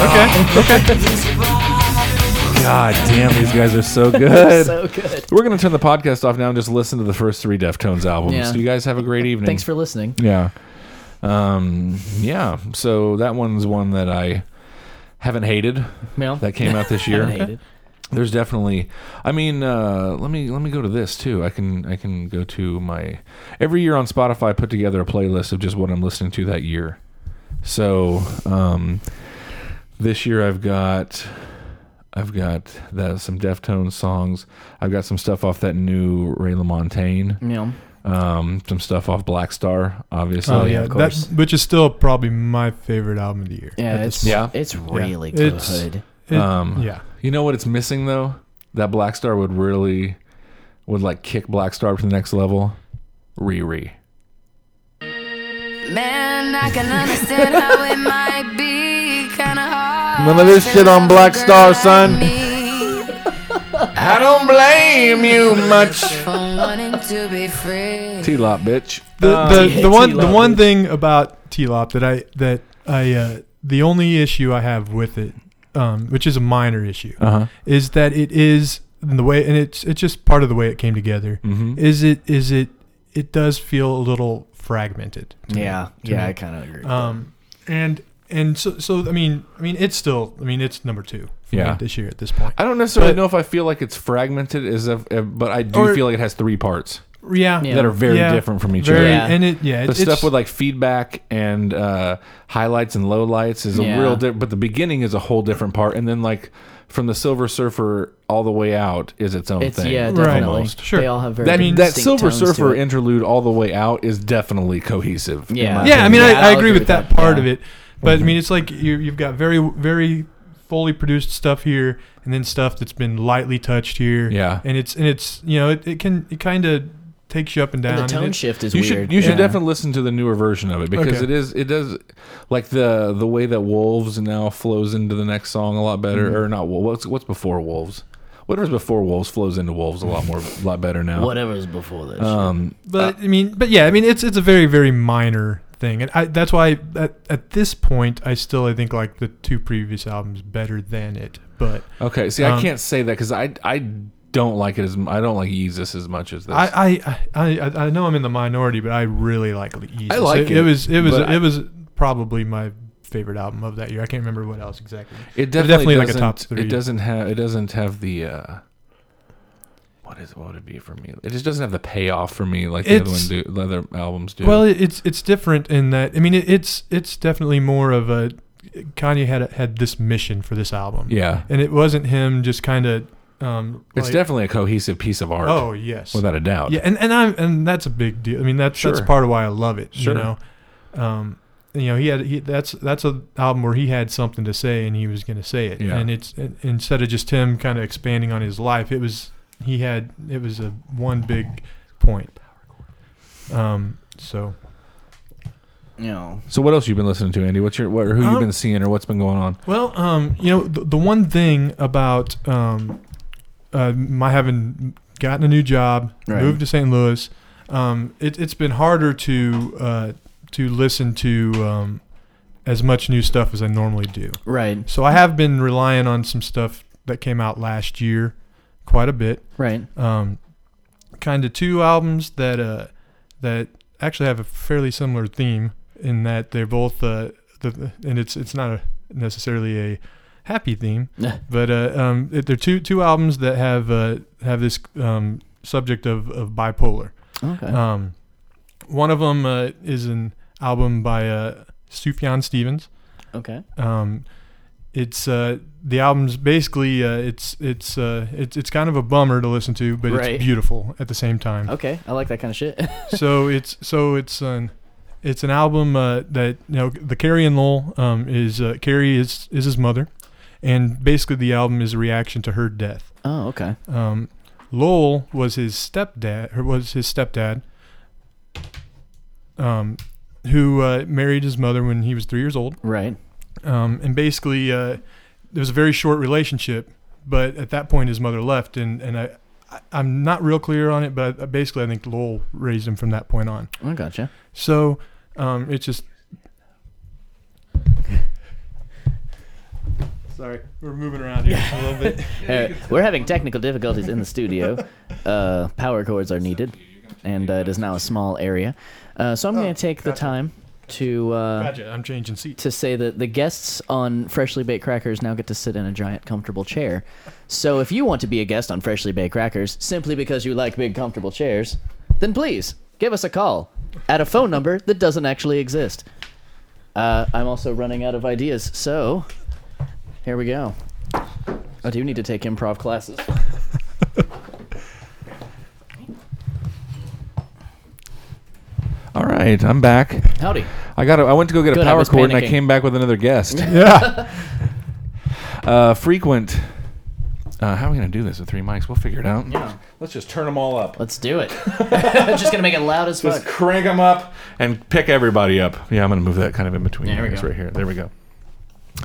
S4: Okay.
S1: God damn, these guys are so good.
S5: so good.
S1: we're gonna turn the podcast off now and just listen to the first three Deftones albums.
S5: Yeah.
S1: So you guys have a great evening.
S5: Thanks for listening.
S1: Yeah. Um, yeah. So that one's one that I haven't hated.
S5: Yeah.
S1: That came out this year.
S5: Haven't hated.
S1: There's definitely. I mean, uh, let me let me go to this too. I can I can go to my every year on Spotify. I put together a playlist of just what I'm listening to that year. So um, this year I've got I've got that, some Deftones songs. I've got some stuff off that new Ray LaMontagne.
S5: Yeah.
S1: Um, some stuff off Black Star, obviously.
S4: Oh
S5: yeah,
S4: yeah,
S5: of
S4: that,
S5: course.
S4: which is still probably my favorite album of the year.
S5: Yeah.
S4: At
S5: It's
S4: this
S1: Yeah.
S5: It's really good.
S4: It's- point. It-
S1: Um,
S4: yeah.
S1: You know what it's missing though? That Black Star would really would like kick Black Star to the next level. Riri.
S9: Man, I can understand how it might be kind of hard.
S1: None of this shit on Black Star, son.
S9: Me
S1: I don't blame you much.
S9: from wanting to be free.
S1: T Lop, bitch.
S4: the, the, the one the
S5: T-Lop
S4: one
S5: is-
S4: thing about T-Lop that I that I uh, the only issue I have with it um, which is a minor issue,
S1: Uh-huh.
S4: is that it is and the way, and it's it's just part of the way it came together. Is it is it it does feel a little fragmented. to me.
S5: Yeah,
S4: To
S5: yeah,
S4: me.
S5: I kind of agree.
S4: Um, and and so so I mean I mean it's still I mean it's number two. for me
S1: Yeah.
S4: this year at this point.
S1: I don't necessarily
S4: But-
S1: know if I feel like it's fragmented as if, if- but I do
S4: Or-
S1: feel like it has three parts
S4: yeah,
S1: that are very
S4: Yeah.
S1: different from each
S4: Very-
S1: other.
S5: Yeah.
S4: And it yeah,
S1: The
S4: it's-
S1: stuff with like feedback and uh, highlights and lowlights is
S5: Yeah.
S1: a real, di- but the beginning is a whole different part, and then like from the Silver Surfer all the way out is its own
S5: it's
S1: thing.
S5: yeah,
S4: Right.
S5: definitely.
S4: Almost. Sure.
S5: They all have very.
S1: That that
S5: distinct
S1: Silver
S5: tones to
S1: Surfer
S5: it.
S1: interlude all the way out is definitely cohesive. in
S5: Yeah.
S1: my
S4: yeah, I mean,
S1: opinion.
S5: Yeah,
S4: I, I
S5: I'll
S4: agree with that, part of
S5: yeah.
S4: it. But I mean, it's like you, you've got very, very fully produced stuff here, and then stuff that's been lightly touched here.
S1: Yeah.
S4: and it's and it's you know it, it can it kind of takes you up and down.
S5: And the
S4: and
S5: tone
S4: it-
S5: shift is
S1: you
S5: weird.
S1: should you should
S5: Yeah.
S1: definitely listen to the newer version of it because
S4: Okay.
S1: it is it does like the the way that wolves now flows into the next song a lot
S5: Mm-hmm.
S1: better or not Wol- what's what's before wolves whatever's before wolves flows into wolves a lot more a lot better now
S5: Whatever's before this.
S1: um
S4: But I mean, but yeah, I mean, it's it's a very very minor thing, and I, that's why at, at this point I still I think like the two previous albums better than it. But
S1: okay see
S4: Um,
S1: I can't say that because I I don't like it as m- I don't like Jesus as much as this
S4: I I, I I I know I'm in the minority, but I really like Yeezus.
S1: I like
S4: It
S1: it,
S4: was it was
S1: but I-
S4: it was probably my favorite album of that year. I can't remember what else exactly.
S1: it
S4: But
S1: definitely,
S4: like a
S1: doesn't-
S4: top three.
S1: it doesn't have it doesn't have the uh what is what would it be for me it just doesn't have the payoff for me like the other one
S4: It's-
S1: do the other albums do
S4: Well, it- it's it's different in that I mean it, it's it's definitely more of a Kanye had had this mission for this album.
S1: yeah
S4: and it wasn't him just kind of. Um,
S1: It's
S4: like-
S1: definitely a cohesive piece of art.
S4: Oh yes,
S1: without a doubt.
S4: yeah, and and I'm and that's a big deal. I mean that's that's
S1: Sure.
S4: part of why I love it.
S1: Sure.
S4: You know, um, you know he had he, that's that's an album where he had something to say and he was going to say it.
S1: Yeah.
S4: And it's and, instead of just him kind of expanding on his life, it was he had it was a one big point. Um. So
S5: you know,
S1: So what else you been listening to, Andy? What's your what, or who you
S4: Um,
S1: been seeing or what's been going on?
S4: well, um, you know the, the one thing about um, uh, my having gotten a new job,
S5: Right.
S4: moved to St. Louis, um, it, it's been harder to uh, to listen to um, as much new stuff as I normally do.
S5: right,
S4: So I have been relying on some stuff that came out last year, quite a bit.
S5: right.
S4: Um, kind of two albums that uh, that actually have a fairly similar theme in that they're both uh, the and it's it's not a, necessarily a happy theme, but uh, um, it, they're two two albums that have uh, have this um, subject of, of bipolar.
S5: okay.
S4: Um, one of them uh, is an album by uh, Sufjan Stevens.
S5: okay.
S4: Um, it's uh, the album's basically uh, it's it's uh, it's it's kind of a bummer to listen to, but
S5: Right.
S4: it's beautiful at the same time.
S5: Okay. I like that kind of shit.
S4: so it's so it's an it's an album uh, that you know the Carrie and Lowell um, is uh, Carrie is is his mother, and basically the album is a reaction to her death.
S5: oh, okay.
S4: Um, Lowell was his stepdad, or was his stepdad, um, who uh, married his mother when he was three years old.
S5: Right.
S4: Um, and basically, uh, there was a very short relationship, but at that point, his mother left, and and I, I I'm not real clear on it, but I- basically, I think Lowell raised him from that point on.
S5: I gotcha.
S4: So um, it's just. Sorry, we're moving around here a little bit.
S5: Uh, we're having technical difficulties in the studio. Uh, power cords are needed, and uh, it is now a small area. Uh, so I'm
S4: Oh,
S5: going to take the time to uh,
S4: Gotcha, I'm changing seats.
S5: to say that the guests on Freshly Baked Crackers now get to sit in a giant, comfortable chair. So if you want to be a guest on Freshly Baked Crackers simply because you like big, comfortable chairs, then please give us a call at a phone number that doesn't actually exist. Uh, I'm also running out of ideas, so here we go. I do need to take improv classes.
S1: All right, I'm back.
S5: Howdy.
S1: I got. A, I went to go get
S5: Good,
S1: a
S5: I
S1: power
S5: was
S1: cord and I
S5: panicking.
S1: came back with another guest.
S4: Yeah.
S1: uh, frequent. Uh, how are we gonna do this with three mics? We'll figure it out.
S5: Yeah.
S1: Let's just turn them all up.
S5: Let's do it. I'm just gonna make it loud as
S1: Let's
S5: fuck.
S1: crank them up and pick everybody up. Yeah, I'm gonna move that kind of in between.
S5: There we
S1: guys
S5: go.
S1: Right here. There we go.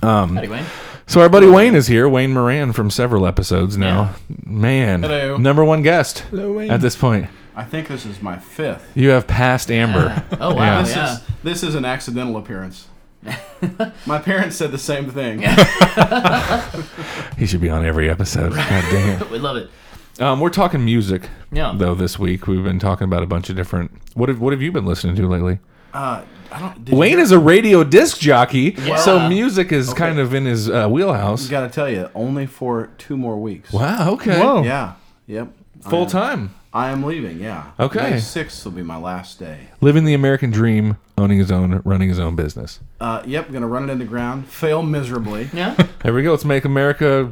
S5: Anyway,
S1: So our buddy Wayne is here. Wayne Moran from several episodes now. Man,
S10: Hello.
S1: number one guest
S4: Hello, Wayne.
S1: at this point.
S10: I think this is my fifth.
S1: You have passed Amber.
S5: oh wow,
S1: Yeah.
S5: yeah,
S10: This is an accidental appearance. My parents said the same thing.
S1: He should be on every episode. God dang
S5: we love it.
S1: it. Um, we're talking music,
S5: Yeah.
S1: though, this week. We've been talking about a bunch of different. What have, what have you been listening to lately?
S10: Uh, I don't. did
S1: Wayne
S10: you-
S1: is a radio disc jockey,
S5: Yeah.
S1: so music is kind of in his uh, wheelhouse.
S10: Gotta tell you, only for two more weeks.
S1: Wow, okay.
S4: Whoa.
S10: Yeah. Yep. I
S1: Full
S10: am-
S1: time.
S10: I am leaving. Yeah.
S1: Okay.
S10: May sixth will be my last day.
S1: Living the American dream, owning his own, running his own business.
S10: Uh, yep. Gonna run it in the ground. Fail miserably.
S5: Yeah.
S1: There we go. Let's make America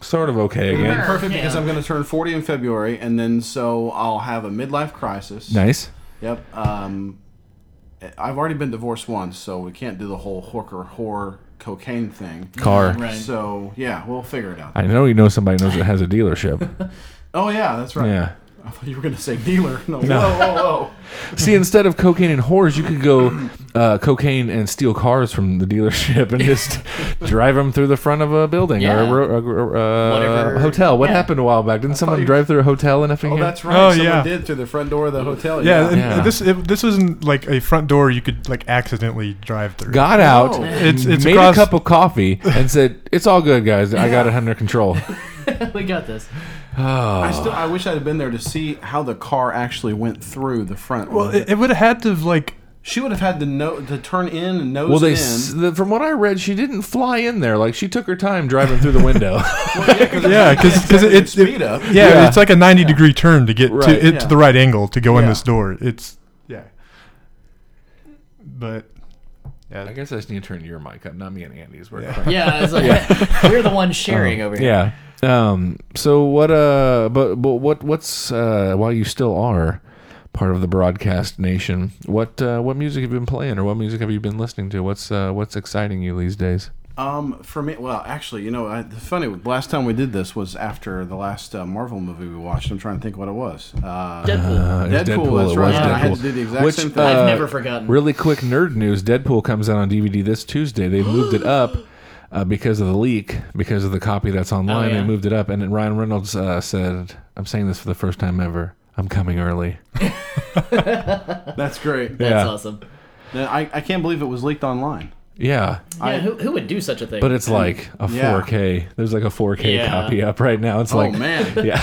S1: sort of okay
S10: It'll be
S1: again.
S10: perfect because I'm gonna turn 40 in February, and then so I'll have a midlife crisis.
S1: Nice.
S10: Yep. Um, I've already been divorced once, so we can't do the whole horker whore cocaine thing.
S1: Car.
S5: Right.
S10: So yeah, we'll figure it out.
S1: I know you know somebody knows that has a dealership.
S10: Oh yeah, that's right.
S1: yeah.
S10: I thought you were gonna say dealer. No. Whoa, whoa, whoa.
S1: See, instead of cocaine and whores, you could go uh, cocaine and steal cars from the dealership and just drive them through the front of a building or a,
S5: Yeah.
S1: ro- a- a- a
S5: Whatever.
S1: hotel. What
S5: Yeah.
S1: happened a while back? Didn't someone
S10: you-
S1: drive through a hotel in effing
S10: Oh,
S1: here?
S10: that's right.
S4: Oh,
S10: Someone
S4: yeah.
S10: did through the front door of the hotel.
S4: Yeah, and-
S1: Yeah.
S4: and this it, this isn't like a front door you could like accidentally drive through.
S1: Got out,
S10: No.
S4: It's- it's
S1: made
S4: across-
S1: a cup of coffee, and said, "It's all good, guys. I got it under control."
S5: we got this.
S10: I still I wish I'd have been there to see how the car actually went through the front.
S4: Well, it, it would have had to have like
S10: she would have had to no, to turn in and nose
S1: Well, they
S10: in.
S1: s- the, from what I read, she didn't fly in there. Like she took her time driving through the window.
S4: yeah, because it's
S10: speed up.
S4: yeah,
S1: Yeah.
S4: it's like a ninety degree turn to get
S1: Right,
S4: to it
S10: yeah.
S4: to the right angle to go in
S10: Yeah.
S4: this door. It's yeah, but
S1: I guess I just need to turn your mic up, not me and Andy's. We're
S5: Yeah, it's like, we're the ones sharing
S1: Uh-huh.
S5: over here.
S1: Yeah. Um. So what? Uh. But but what? What's? Uh. While you still are part of the broadcast nation, what? Uh, what music have you been playing, or what music have you been listening to? What's? Uh. What's exciting you these days?
S10: Um, for me, well, actually, you know, I, the funny the last time we did this was after the last uh, Marvel movie we watched. I'm trying to think what it was. Uh,
S5: Deadpool.
S1: Uh, it's
S10: Deadpool, that's
S1: It
S10: right.
S1: was
S5: Yeah, I
S10: had
S1: Deadpool.
S10: to do the exact
S1: Which,
S10: same thing.
S1: uh,
S5: I've never forgotten.
S1: Really quick nerd news: Deadpool comes out on DVD this Tuesday. They moved it up. Uh, because of the leak, because of the copy that's online,
S5: Oh, yeah.
S1: they moved it up. And then Ryan Reynolds uh, said, "I'm saying this for the first time ever. I'm coming early."
S10: that's great.
S5: That's
S1: yeah.
S5: awesome.
S10: Then I, I can't believe it was leaked online.
S1: Yeah,
S5: Yeah, who, who would do such a thing?
S1: but it's like a
S10: Yeah.
S1: 4K. There's like a 4K
S5: Yeah.
S1: copy up right now. It's like,
S10: oh man,
S1: yeah,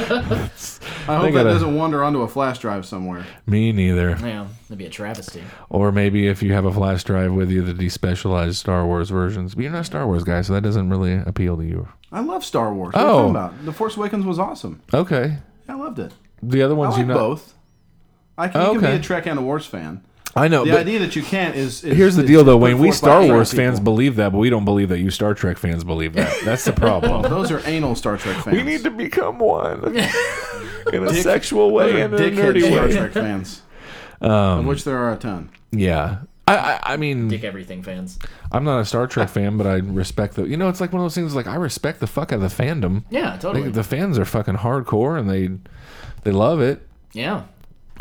S10: I hope that
S1: gotta-
S10: doesn't wander onto a flash drive somewhere.
S1: me neither.
S5: yeah, that'd be a travesty.
S1: Or maybe if you have a flash drive with you, the despecialized Star Wars versions. But you're not a Star Wars guy, so that doesn't really appeal to you.
S10: I love Star Wars. What are you
S1: Oh.
S10: talking about? The Force Awakens was awesome.
S1: Okay,
S10: I loved it.
S1: the other
S10: I
S1: ones
S10: like
S1: you know.
S10: both. I can,
S1: Oh,
S10: you can
S1: okay.
S10: be a Trek and a Wars fan.
S1: I know.
S10: The
S1: but
S10: idea that you can't is, is
S1: here's the
S10: is
S1: deal, though,
S10: put
S1: Wayne. We
S10: forth by
S1: Star
S10: Trek
S1: Wars
S10: people.
S1: fans believe that, but we don't believe that you Star Trek fans believe that. That's the problem.
S10: Those are anal Star Trek fans.
S1: we need to become one in a
S10: Dick-
S1: sexual
S10: Those
S1: way
S10: are
S1: and in a
S10: dickhead
S1: nerdy
S10: Star
S1: way. Um,
S10: Trek fans, of which there are a ton.
S1: Yeah. I, I, I mean,
S5: Dick everything fans.
S1: I'm not a Star Trek fan, but I respect the. You know, it's like one of those things. Like I respect the fuck out of the fandom.
S5: Yeah,
S1: They-
S5: totally.
S1: the fans are fucking hardcore, and they they love it.
S5: yeah.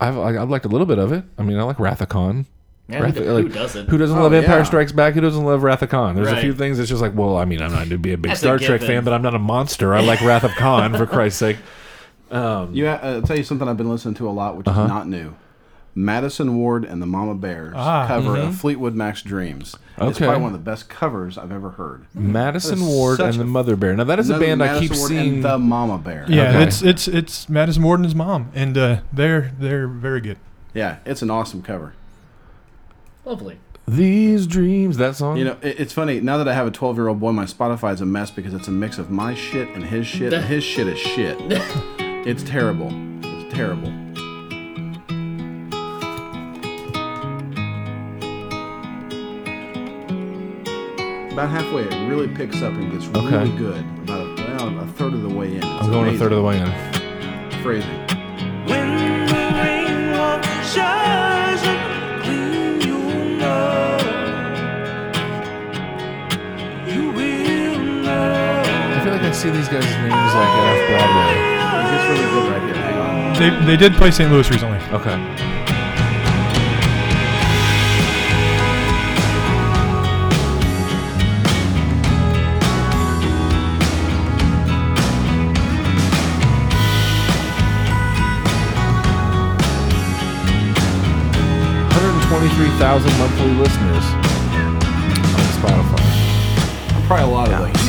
S1: I've I, I've liked a little bit of it. I mean, I like Rathacon.
S5: yeah who, who doesn't?
S1: Who doesn't
S10: Oh,
S1: love Empire
S10: yeah.
S1: Strikes Back? Who doesn't love Wrath of Khan? There's a
S5: Right.
S1: few things that's just like, well, I mean, I'm not to be a big
S5: That's a
S1: Star Trek
S5: given.
S1: fan, but I'm not a monster. I like Wrath of Khan for Christ's sake.
S10: You, uh, I'll tell you something I've been listening to a lot, which
S1: Uh-huh.
S10: is not new. Madison Ward and the Mama Bears cover of Fleetwood Mac's Dreams. It's
S1: Okay.
S10: probably one of the best covers I've ever heard.
S1: Madison
S10: That is
S1: Ward
S10: such
S1: and
S10: a-
S1: the Mother Bear. Now that is a
S10: Another
S1: band I
S10: Madison
S1: keep
S10: Ward
S1: seeing.
S10: And the Mama Bear.
S4: yeah,
S1: Okay.
S4: it's it's it's Madison Ward and his mom, and uh, they're they're very good.
S10: Yeah, it's an awesome cover.
S5: Lovely.
S1: These dreams. That song.
S10: You know, it, it's funny now that I have a 12 year old boy. My Spotify is a mess because it's a mix of my shit and his shit. and his shit is shit. it's terrible. It's terrible. About halfway, it really picks up and gets really
S1: Okay.
S10: good. About a, well, a third of the way in. It's
S1: I'm going a third of the way in.
S10: the phrasing.
S1: I feel like I see these guys' names like off Broadway.
S10: It gets really good right here. Hang on.
S4: They they did play St. Louis recently.
S1: Okay. Hundred twenty-three thousand monthly listeners. Spotify.
S10: Probably a lot of those.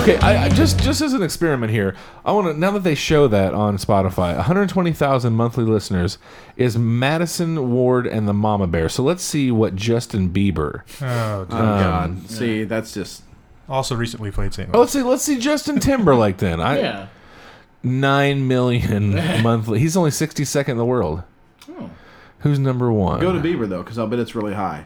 S1: Okay, I, I just just as an experiment here, I want to now that they show that on Spotify, 120,000 monthly listeners is Madison Ward and the Mama Bear. So let's see what Justin Bieber.
S4: Oh, dude.
S10: Oh God! See, that's just
S4: also recently played St.
S1: Oh,
S4: Louis.
S1: let's see, let's see Justin Timberlake then. I,
S5: Yeah.
S1: Nine million monthly. He's only 62nd in the world. Who's number one?
S10: Hmm. go to Bieber though, because I'll bet it's really high.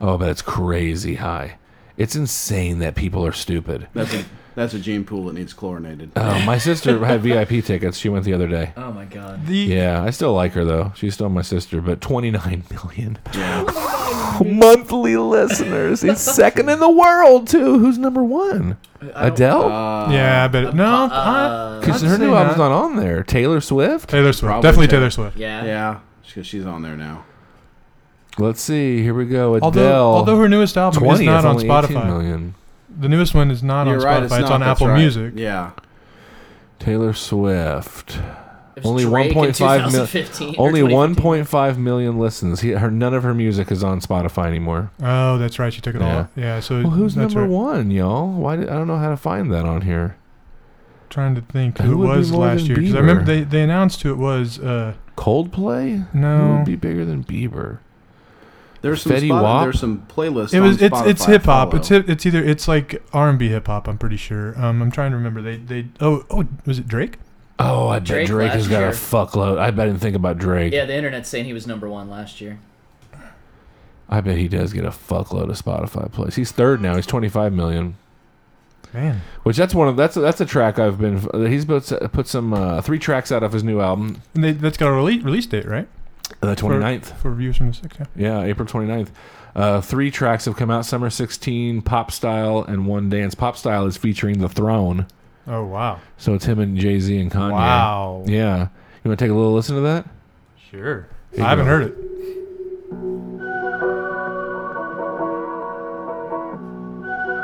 S1: oh, but it's crazy high. It's insane that people are stupid.
S10: That's a that's a gene pool that needs chlorinated.
S1: Oh, my sister had VIP tickets. She went the other day.
S5: Oh my god.
S4: The,
S1: Yeah, I still like her though. She's still my sister, but 29 million monthly listeners. He's second in the world too. Who's number one? Adele,
S4: yeah, I bet. it- no, I-
S1: because
S4: I'd
S1: her
S4: say
S1: new album's
S4: not.
S1: not on there. Taylor Swift.
S4: Taylor Swift.
S10: Probably
S4: Definitely
S10: Taylor.
S4: Taylor, Swift.
S5: Yeah.
S10: yeah, because she's on there now.
S1: Let's see. Here we go. Adele.
S4: Although, although her newest album
S1: 20
S4: is not on
S1: only 18
S4: Spotify.
S1: million.
S4: The newest one is not
S10: You're
S4: on Spotify.
S10: right. It's,
S4: it's,
S10: not,
S4: on
S10: that's
S4: Apple
S10: right.
S4: Music.
S10: Yeah,
S1: Taylor Swift.
S5: It was
S1: Only
S5: Drake in
S1: 1.5
S5: 2015
S1: million.
S5: or
S1: Only
S5: 2015.
S1: 1.5 million listens. He, her none of her music is on Spotify anymore.
S4: Oh, that's right. She took it
S1: Yeah.
S4: all. Yeah. So
S1: Well, who's
S4: that's
S1: number
S4: right.
S1: one, y'all? Why did, I don't know how to find that on here.
S4: Trying to think who,
S1: Who
S4: it
S1: would be
S4: was
S1: more
S4: last
S1: than
S4: year because I
S1: Bieber?
S4: remember they, they announced who it was. Uh,
S1: Coldplay? Who
S4: No.
S1: would be bigger than Bieber?
S10: there's some
S1: Fetty
S10: spot-
S1: Wap?
S10: there's some playlists.
S4: it was
S10: on
S4: it's it's
S10: Spotify I
S4: hip hop. It's
S10: follow.
S4: hip, it's either it's like R and B hip hop. I'm pretty sure. Um, I'm trying to remember. They they oh oh was it Drake?
S1: Oh, I bet
S5: Drake
S1: Drake, has
S5: last
S1: got
S5: year.
S1: a fuckload. I bet I didn't think about Drake.
S5: Yeah, the internet's saying he was number one last year.
S1: I bet he does get a fuckload of Spotify plays. He's third now. He's 25 million.
S4: Man,
S1: Which that's one of that's that's a track I've been he's put put some uh, three tracks out of his new album
S4: and they, that's got a release release date right
S1: the
S4: For-
S1: 29th
S4: for reviews from this. Okay.
S1: Yeah, April 29th. Uh, three tracks have come out Summer 16, Pop Style, and One Dance. Pop Style is featuring The Throne.
S4: Oh wow.
S1: So it's him and Jay Z and Kanye.
S4: Wow.
S1: Yeah. You want to take a little listen to that?
S4: Sure.
S1: you
S4: I haven't
S1: go.
S4: heard it.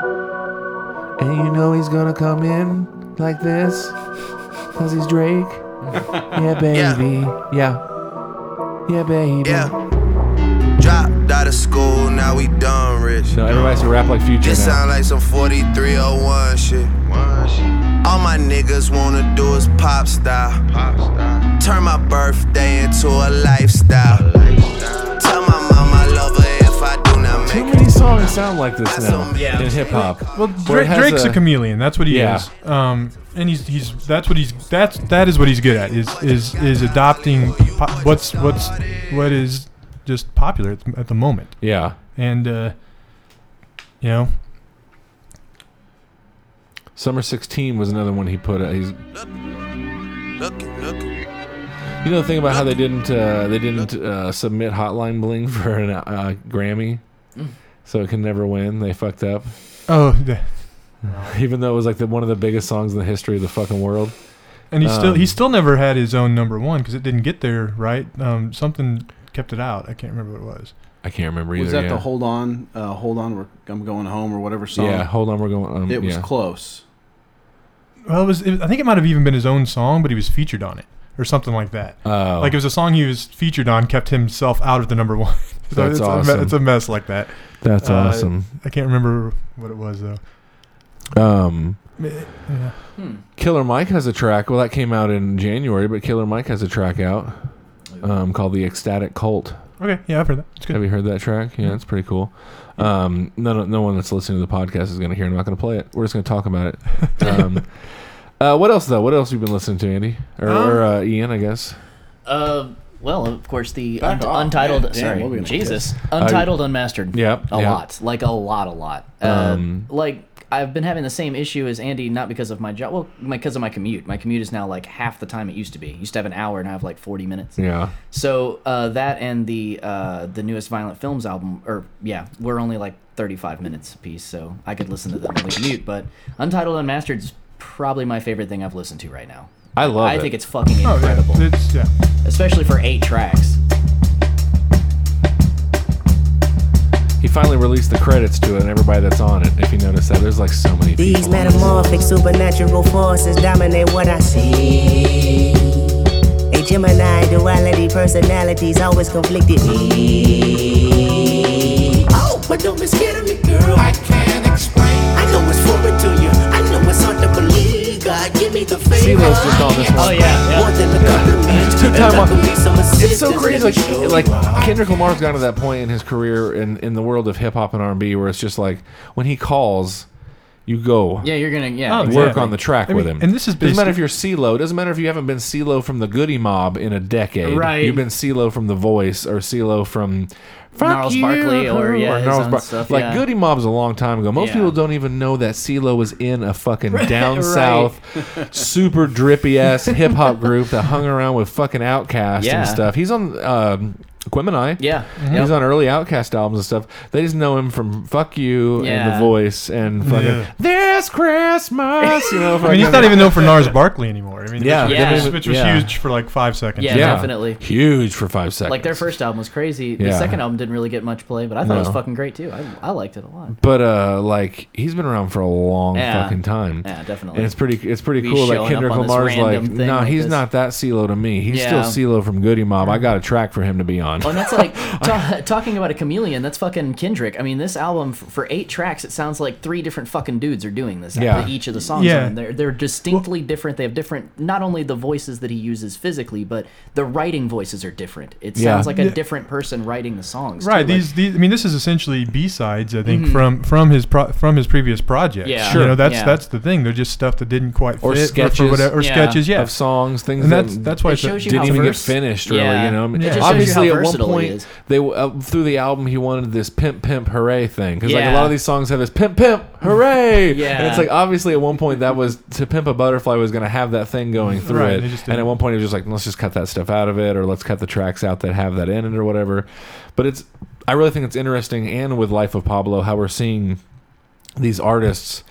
S1: And you know he's going to come in like this because he's Drake. yeah, baby. Yeah. Yeah, baby.
S11: Yeah. Dropped out of school, now we done rich.
S1: No, everybody's to rap like Future
S11: It
S1: now.
S11: sound like some 4301 shit. All my niggas wanna do is pop style. Turn my birthday into a lifestyle. Tell my mama I love her if I do not
S1: Too
S11: make it.
S1: many songs sound like this now
S11: Yeah.
S1: in hip hop.
S4: Well,
S1: Where it
S4: Drake,
S1: has
S4: Drake's a,
S1: a-
S4: chameleon. That's what he
S1: Yeah.
S4: is. Um, and he's he's that's what he's that's that is what he's good at is is is adopting po- what's what's what is just popular at the, at the moment.
S1: Yeah.
S4: And uh, you know,
S1: Summer 16 was another one he put out. He's
S11: Look it, look it.
S1: You know the thing about how they didn't uh, they didn't uh, submit Hotline Bling for an uh, Grammy,
S10: Mm.
S1: so it can never win. They fucked up,
S4: oh, yeah.
S1: even though it was like the, one of the biggest songs in the history of the fucking world.
S4: and he still
S1: Um,
S4: he still never had his own number one because it didn't get there right. Um, something kept it out. I can't remember what it was.
S1: I can't remember either.
S10: Was that
S1: yeah.
S10: the hold on, uh, hold on, we're, I'm going home or whatever song?
S1: Yeah, hold on, we're going. Um,
S10: it was
S1: yeah.
S10: close.
S4: Well, it was. It, I think it might have even been his own song, but he was featured on it or something like that.
S1: Oh.
S4: Like it was a song he was featured on, kept himself out of the number one. so
S1: That's
S4: it's a me-
S1: awesome.
S4: it's a mess like that.
S1: That's
S4: uh,
S1: awesome.
S4: I can't remember what it was though.
S1: Um,
S4: Yeah.
S1: Killer Mike has a track. Well, that came out in January, but Killer Mike has a track out um, called "The Ecstatic Cult."
S4: Okay, yeah, I've heard that. It's good.
S1: Have you heard that track? Yeah, it's pretty cool. Um, no, no one that's listening to the podcast is going to hear. it. I'm not going to play it. We're just going to talk about it. Um, uh, what else though? What else have you been listening to, Andy or, or uh, Ian? I guess.
S5: Uh, well, of course the un-
S10: Back off,
S5: untitled.
S10: man. Damn,
S5: sorry,
S10: what are we gonna
S5: Jesus, untitled, unmastered.
S1: Yep,
S5: a
S1: yep.
S5: lot, like a lot, a lot.
S1: Um,
S5: uh, like I've been having the same issue as Andy, not because of my job, well, my- because of my commute. My commute is now like half the time it used to be. Used to have an hour and I have like forty minutes.
S1: Yeah.
S5: So uh, that and the uh, the newest Violent Films album, or yeah, we're only like 35 minutes a piece, so I could listen to them on the commute. But Untitled Unmastered is probably my favorite thing I've listened to right now.
S1: I love
S5: I
S1: it.
S5: think it's fucking
S4: Oh, yeah.
S5: incredible,
S4: It's yeah.
S5: especially for eight tracks.
S1: he finally released the credits to it and everybody that's on it. If you notice that, there's like so many.
S6: These
S1: people on this.
S6: metamorphic supernatural forces dominate what I see. A Gemini duality, personalities always conflicted me. Oh, but don't be scared of me, girl.
S12: girl. I can't explain. I know it's foreign to you. I know it's hard to believe. God, give me the faith.
S1: CeeLo's just on this one.
S12: Oh, yeah, yeah. More than a compliment.
S1: Two time
S12: And luckily some
S1: It's so
S12: assistance
S1: crazy.
S12: in the show.
S1: Like, like Kendrick Lamar's gotten to that point in his career in, in the world of hip hop and R and B where it's just like when he calls, you go.
S5: Yeah, you're gonna yeah.
S1: work
S5: exactly.
S1: on the track
S5: I
S1: with
S5: mean,
S1: him.
S5: and this is
S1: doesn't
S5: based-
S1: matter if you're CeeLo. Doesn't matter if you haven't been CeeLo from the Goody Mob in a decade.
S5: Right.
S1: You've been CeeLo from The Voice or CeeLo from Fuck
S5: Gnarls
S1: you,
S5: Barkley or,
S1: who,
S5: yeah, his
S1: Gnarls
S5: own
S1: Bar-
S5: stuff,
S1: like
S5: yeah.
S1: Goody Mob's a long time ago. Most
S5: Yeah.
S1: people don't even know that CeeLo was in a fucking
S5: Right,
S1: down
S5: right.
S1: south, super drippy ass hip hop group that hung around with fucking Outcast
S5: Yeah.
S1: and stuff. He's on. Um, Quim and I.
S5: Yeah.
S1: He's
S5: Yep.
S1: on early Outcast albums and stuff. They just know him from Fuck You and
S5: Yeah.
S1: The Voice and fucking
S4: Yeah.
S1: this Christmas. You know,
S4: I mean, he's not even known for Nars Barkley anymore. I mean,
S1: Yeah.
S4: which,
S1: Yeah.
S4: was- which was
S1: Yeah.
S4: huge for like five seconds.
S5: Yeah, Yeah. definitely.
S1: huge for five seconds.
S5: Like their first album was crazy.
S1: Yeah.
S5: The second album didn't really get much play, but I thought it was
S1: No.
S5: fucking great too. I, I liked it a lot.
S1: but uh, like he's been around for a long
S5: Yeah.
S1: fucking time.
S5: Yeah, definitely.
S1: And it's pretty, it's pretty
S5: Be
S1: cool. Like
S5: showing up
S1: Kendrick
S5: on this
S1: Lamar's like,
S5: random
S1: no,
S5: thing like
S1: he's
S5: this.
S1: not that CeeLo to me. He's
S5: Yeah.
S1: still CeeLo from Goody Mob. I got a track for him to be on.
S5: Well, and that's like ta- talking about a chameleon. That's fucking Kendrick. I mean, this album f- for eight tracks, it sounds like three different fucking dudes are doing this.
S1: Yeah.
S5: Each of the songs.
S1: Yeah.
S5: On. them. They're they're distinctly different. They have different not only the voices that he uses physically, but the writing voices are different. It
S4: Yeah.
S5: sounds like a
S4: Yeah.
S5: different person writing the songs.
S4: Right.
S5: too. Like,
S4: These, these. I mean, this is essentially B sides. I think
S5: Mhm.
S4: from from his pro, from his previous projects.
S1: Mm-hmm. Yeah.
S4: You
S1: Sure.
S4: know, that's
S1: Yeah.
S4: that's the thing. They're just stuff that didn't quite
S1: or
S4: fit
S1: sketches,
S4: or, whatever, or sketches. Yeah.
S1: of songs, things
S4: And
S1: that
S4: that's that's why it's a-
S1: didn't even get finished. Really,
S4: Yeah.
S1: you know, I mean,
S4: It just shows you
S1: obviously
S4: how
S1: at one
S4: versatile he
S1: point
S4: is.
S1: they uh, through the album he wanted this pimp pimp hooray thing because like a
S5: Yeah.
S1: lot of these songs have this pimp pimp hooray,
S5: Yeah.
S1: and it's like obviously at one point that was to pimp a butterfly was going to have that thing going through
S4: Right,
S1: it,
S4: they just
S1: and at one point he was just like let's just cut that stuff out of it or let's cut the tracks out that have that in it or whatever, but it's I really think it's interesting and with Life of Pablo how we're seeing these artists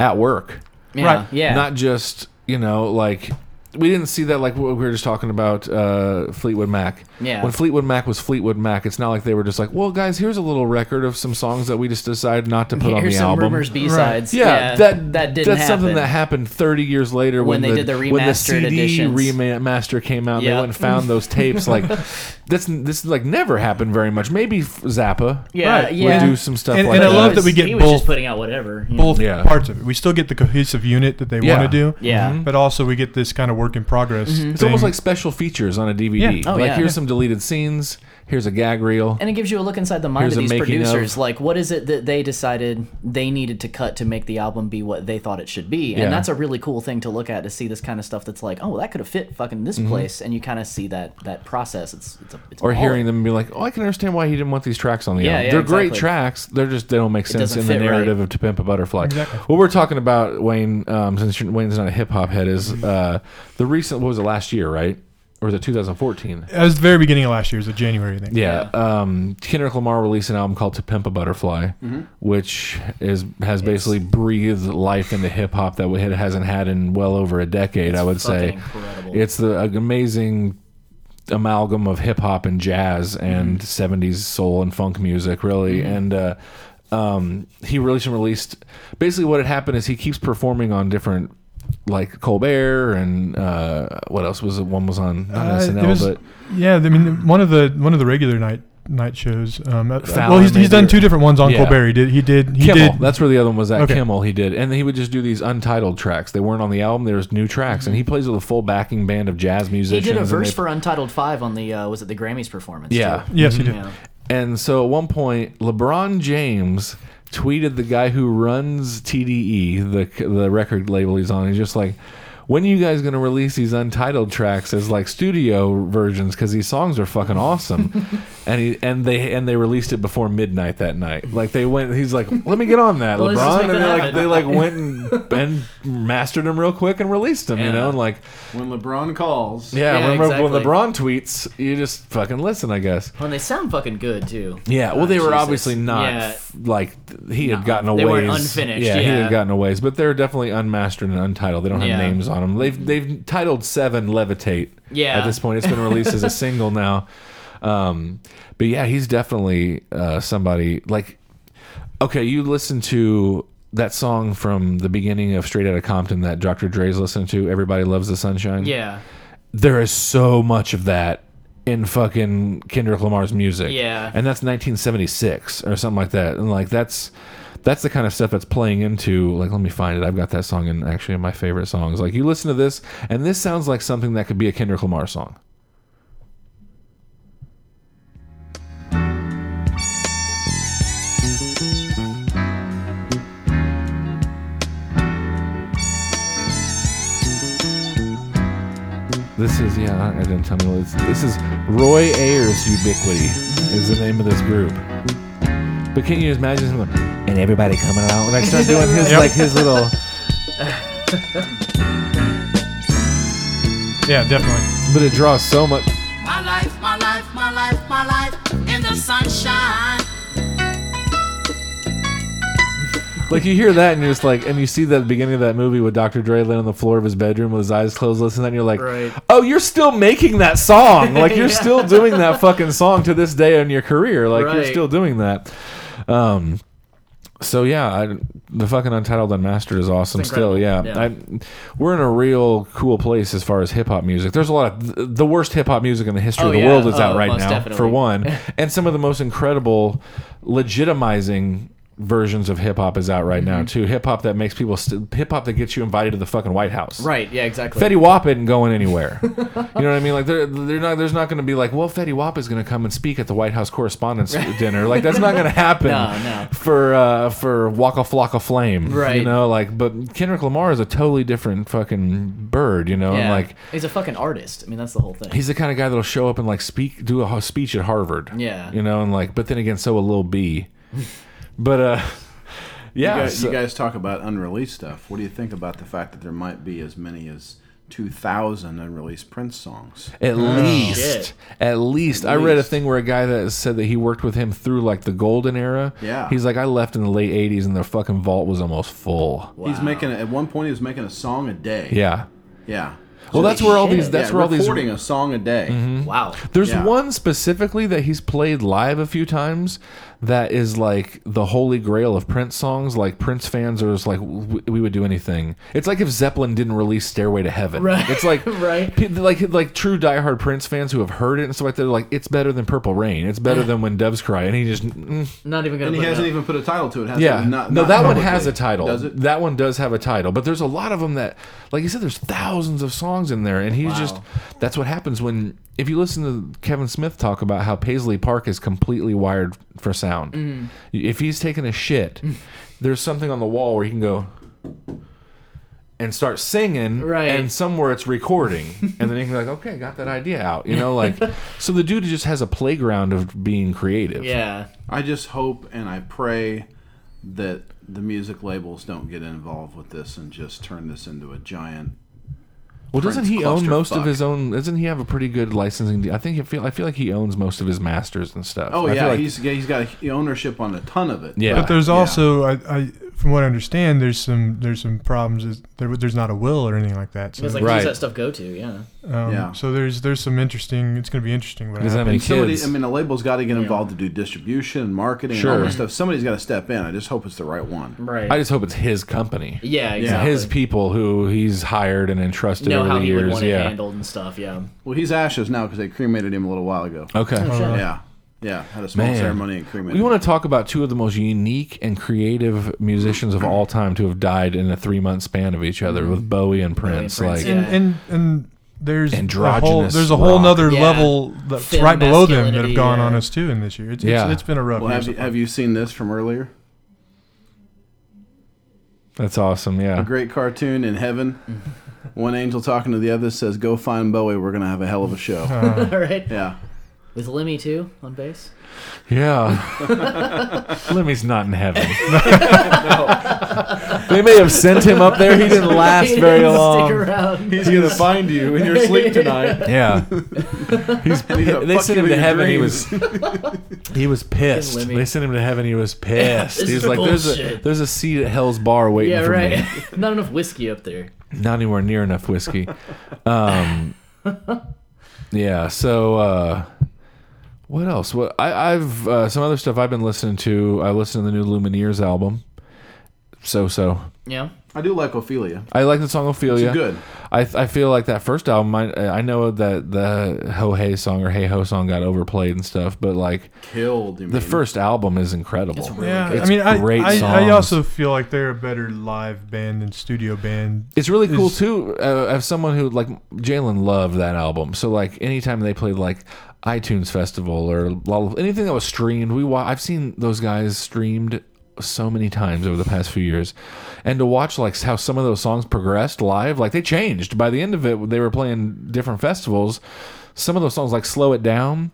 S1: at work.
S5: Yeah, Right. yeah.
S1: Not just, you know, like we didn't see that like what we were just talking about uh, Fleetwood Mac.
S5: Yeah.
S1: When Fleetwood Mac was Fleetwood Mac, it's not like they were just like, "Well, guys, here's a little record of some songs that we just decided not to put on the
S5: Here's some
S1: album."
S5: rumors B-sides.
S1: Yeah,
S5: Yeah,
S1: that
S5: that didn't
S1: That's something
S5: happen.
S1: that happened 30 years later
S5: When
S1: when,
S5: they
S1: the,
S5: did the
S1: when the
S5: remastered
S1: CD
S5: editions.
S1: remaster came out. And They
S5: Yeah.
S1: went and found those tapes. Like this, this like never happened very much. Maybe f- Zappa.
S5: Yeah,
S1: would
S5: yeah.
S1: do some stuff.
S4: And,
S1: like
S4: and I
S1: that.
S4: love that we
S5: He
S4: get
S5: was
S4: both
S5: just putting out whatever, you know.
S4: both
S5: Yeah.
S4: parts of it. We still get the cohesive unit that they
S1: Yeah.
S4: want to do.
S1: Yeah. Mm-hmm.
S4: But also we get this kind of work in progress.
S1: It's almost like special features on a DVD.
S4: Yeah. Oh,
S1: like
S4: yeah.
S1: here's some deleted scenes, here's a gag reel.
S5: And it gives you a look inside the mind
S1: Here's a
S5: of these
S1: making of.
S5: producers. Like, what is it that they decided they needed to cut to make the album be what they thought it should be?
S1: Yeah.
S5: And that's a really cool thing to look at to see this kind of stuff. That's like, oh, that could have fit fucking this
S1: Mhm.
S5: place, and you kind of see that that process. It's it's, a, it's
S1: or
S5: all-
S1: hearing them be like, "Oh, I can understand why he didn't want these tracks on the
S5: Yeah,
S1: album.
S5: yeah,
S1: They're great
S5: exactly.
S1: tracks. They're just they don't make
S5: It
S1: sense
S5: doesn't
S1: in the
S5: fit right.
S1: narrative of To Pimp a Butterfly." What we're talking about, Wayne, um, since you're- Wayne's not a hip hop head,
S5: Mm-hmm.
S1: is uh, the recent. What was it last year, right? Or was it 2014?
S4: It was the very beginning of last year. It was a January thing.
S1: Yeah, Um, Kendrick Lamar released an album called "To Pimp a Butterfly,"
S5: Mm-hmm.
S4: Mhm.
S1: which is has basically breathed life into hip hop that it hasn't had in well over a decade. I would say
S5: fucking incredible.
S1: it's the an amazing amalgam of hip hop and jazz and '70s soul and funk music, really.
S5: Mhm.
S1: And uh, um, he released and released. Basically, what had happened is he keeps performing on different. Like Colbert and uh, what else was it? One was on not
S4: Uh,
S1: SNL,
S4: it was-
S1: but
S4: yeah, I mean one of the one of the regular night night shows. Um, uh,
S1: Fallon
S4: well, he's, he's
S1: maybe,
S4: done
S1: or-
S4: two different ones on
S1: Yeah.
S4: Colbert. He did he did he
S1: Kimmel.
S4: did
S1: That's where the other one was at.
S4: Okay.
S1: Kimmel. He did, and he would just do these untitled tracks. They weren't on the album. There was new tracks, and he plays with a full backing band of jazz
S5: He
S1: musicians.
S5: did a
S1: and
S5: verse
S1: they-
S5: for Untitled Five on the uh, was it the Grammys performance?
S1: yeah.
S5: too. Yeah.
S1: And so at one point, LeBron James tweeted the guy who runs TDE, the the record label he's on. He's just like. When are you guys gonna release these untitled tracks as like studio versions? Because these songs are fucking awesome, and he and they and they released it before midnight that night. Like they went. He's like, let me get on that,
S5: Well, let's just
S1: LeBron,
S5: make
S1: and
S5: that
S1: they like they
S5: happen.
S1: like went and, and mastered them real quick and released them. You
S10: Yeah.
S1: know, and like
S10: When LeBron calls.
S1: yeah, when,
S5: exactly.
S1: when LeBron tweets, you just fucking listen, I guess.
S5: Well, and they sound fucking good too.
S1: Yeah, well,
S5: Uh,
S1: they were
S5: Jesus.
S1: obviously not
S5: Yeah.
S1: f- like th- he had gotten away.
S5: they weren't unfinished,
S1: he
S5: yeah.
S1: had gotten away, but they're definitely unmastered and untitled. They don't have
S5: Yeah.
S1: names on them. They've they've titled seven "Levitate."
S5: Yeah.
S1: at this point, it's been released as a single now. Um, but yeah, he's definitely uh, somebody like. Okay, you listen to that song from the beginning of Straight Outta Compton that Dr. Dre's listened to. Everybody loves the sunshine.
S5: Yeah.
S1: there is so much of that in fucking Kendrick Lamar's music.
S5: Yeah.
S1: And that's 1976 or something like that. And like that's that's the kind of stuff that's playing into like let me find it. I've got that song in actually in my favorite songs. Like you listen to this and this sounds like something that could be a Kendrick Lamar song. This is yeah, I didn't tell me what it's, this is Roy Ayers Ubiquity is the name of this group. But can you imagine him? And everybody coming out and I start doing his
S4: Yep.
S1: like his little
S4: Yeah, definitely.
S1: But it draws so much.
S6: My life, my life, my life, my life in the sunshine.
S1: Like you hear that and you're just like, and you see that beginning of that movie with Dr. Dre laying on the floor of his bedroom with his eyes closed, listening, and you're like,
S6: Right.
S1: oh, you're still making that song. Like you're
S6: Yeah.
S1: still doing that fucking song to this day in your career. Like you're
S6: Right.
S1: still doing that. Um, so yeah, I, the fucking Untitled Unmastered is awesome.
S6: It's
S1: Still,
S6: incredible.
S1: yeah,
S6: Yeah.
S1: I, we're in a real cool place as far as hip hop music. There's a lot of th- the worst hip hop music in the history
S6: Oh,
S1: of the
S6: yeah.
S1: world is out
S6: Oh,
S1: right
S6: most
S1: now, for
S6: definitely.
S1: one, and some of the most incredible legitimizing versions of hip hop is out right now
S5: Mhm.
S1: too. Hip hop that makes people st- hip hop that gets you invited to the fucking White House.
S5: Right, yeah, exactly.
S1: Fetty Wap isn't going anywhere. you know what I mean? Like they're, they're not, there's not going to be like, well, Fetty Wap is going to come and speak at the White House Correspondents' Dinner. Like that's not going to happen
S5: No, no.
S1: for uh, for Waka Flocka Flame. You
S5: Right.
S1: know, like but Kendrick Lamar is a totally different fucking bird. You know, and
S5: Yeah.
S1: like
S5: he's a fucking artist. I mean, that's the whole thing.
S1: he's the kind of guy that'll show up and like speak, do a ho- speech at Harvard.
S5: Yeah.
S1: You know, and like, but then again, so will Lil B. but uh, yeah,
S10: You guys,
S1: so-
S10: you guys talk about unreleased stuff. What do you think about the fact that there might be as many as 2,000 unreleased Prince songs?
S1: At least, at least,
S10: At
S1: I read a
S10: Oh, least.
S1: thing where a guy that said that he worked with him through like the golden era.
S10: Yeah.
S1: he's like, I left in the late '80s and the fucking vault was almost full.
S10: He's making at one point he was making a song a day.
S1: Yeah.
S10: Yeah.
S1: Well, that's where all these.
S10: Yeah,
S1: That's where all these. Mm-hmm.
S10: recording a song a day.
S5: Wow.
S1: There's one specifically that he's played live a few times that is like the holy grail of Prince songs. Like Prince fans are just like, "W- we would do anything. It's like if Zeppelin didn't release Stairway to Heaven.
S5: Right.
S1: It's like
S5: right.
S1: pe- like like true diehard Prince fans who have heard it and stuff like that. They're like, it's better than Purple Rain. It's better than When Doves Cry. And he just. Mm.
S5: Not even gonna.
S10: And he
S5: put it
S10: hasn't
S5: up.
S10: even put a title to it. has
S1: Yeah,
S10: it? Not-
S1: no,
S10: not
S1: that one
S10: publicly.
S1: has a title.
S10: Does it?
S1: That one does have a title, but there's a lot of them that, like you said, there's thousands of songs in there, and he's
S10: Wow.
S1: just that's what happens when if you listen to Kevin Smith talk about how Paisley Park is completely wired for sound.
S6: Mm.
S1: If he's taking a shit, there's something on the wall where he can go and start singing, right? And somewhere it's recording, and then he can be like, okay, got that idea out, you know, like. so the dude just has a playground of being creative.
S10: I just hope and I pray that the music labels don't get involved with this and just turn this into a giant.
S1: Well, doesn't
S10: Prince
S1: he own most
S10: clusterfuck.
S1: of his own? Doesn't he have a pretty good licensing? deal? I think I feel I feel like he owns most of his masters and stuff.
S10: Oh
S1: I
S10: yeah,
S1: feel like,
S10: he's yeah, he's got a- ownership on a ton of it.
S4: But there's also, I, I, from what I understand, there's some there's some problems. is- There, there's not a will or anything like that. So
S5: Because like, who's that stuff go to? Yeah.
S4: Um,
S10: Yeah.
S4: So there's there's some interesting. It's going to be interesting. What happens.
S10: And somebody, I mean, a label's got to get involved to do distribution and marketing and all
S1: Sure.
S10: that stuff. Somebody's got to step in. I just hope it's the right one.
S5: Right.
S1: I just hope it's his company.
S5: Yeah,
S1: And
S5: exactly.
S1: His people who he's hired and entrusted
S5: Know
S1: over
S5: how
S1: the
S5: he would
S1: years.
S5: want it
S1: yeah.
S5: handled and stuff. Yeah.
S10: Well, he's ashes now because they cremated him a little while ago.
S1: Okay. Oh, shit.
S10: Yeah. Yeah. Had a small
S1: Man.
S10: ceremony and cremated.
S1: We
S10: him.
S1: want to talk about two of the most unique and creative musicians of all time to have died in a three month span of each other with Bowie and Prince. like,
S4: and, and and there's a whole
S1: Androgynous
S4: there's a whole
S1: rock.
S4: nother
S1: Yeah.
S4: level that's
S1: Thin
S4: right below them that have
S1: masculinity,
S4: gone
S1: yeah.
S4: on us too in this year. It's, it's, it's been a rough.
S10: Well,
S4: year
S10: have
S4: so
S10: you, have you seen this from earlier?
S1: that's awesome.
S10: A
S1: Yeah.
S10: great cartoon in heaven. One angel talking to the other says, "Go find Bowie. We're gonna have a hell of a show."
S5: All right.
S10: Yeah.
S5: With Lemmy too on bass.
S1: Yeah. Lemmy's not in heaven. They may have sent him up there. He didn't last
S6: He
S1: very
S6: didn't stick
S1: long.
S6: around.
S10: He's gonna find you in your sleep tonight.
S1: Yeah. He's,
S10: gonna
S1: they
S10: fuck
S1: sent
S10: you
S1: him to
S10: in your
S1: heaven.
S10: dreams.
S1: He was he was pissed.
S10: Lemmy.
S1: They sent him to heaven. He was pissed.
S5: This
S1: he
S5: is
S1: was like, "There's a
S5: bullshit."
S1: there's a seat at Hell's Bar waiting
S5: yeah.
S1: for
S5: Right.
S1: me.
S5: Not enough whiskey up there.
S1: Not anywhere near enough whiskey." Um, yeah. So uh, what else? What I, I've uh, some other stuff I've been listening to. I listened to the new Lumineers album. So so.
S5: Yeah.
S10: I do like Ophelia.
S1: I like the song Ophelia.
S10: It's good.
S1: I, I feel like that first album. I, I know that the Ho Hey song or Hey Ho song got overplayed and stuff, but like
S10: Killed, you
S1: the
S10: mean.
S1: first album is incredible. It's
S4: yeah, I mean, I,
S1: great
S4: I,
S1: songs.
S4: I also feel like they're a better live band than studio band.
S1: It's really cool
S4: Is-
S1: too. Uh, as someone who like Jalen loved that album, so like anytime they played like iTunes Festival or Lollap- anything that was streamed, we wa- I've seen those guys streamed so many times over the past few years, and to watch like how some of those songs progressed live, like they changed by the end of it. They were playing different festivals. Some of those songs, like "Slow It Down,"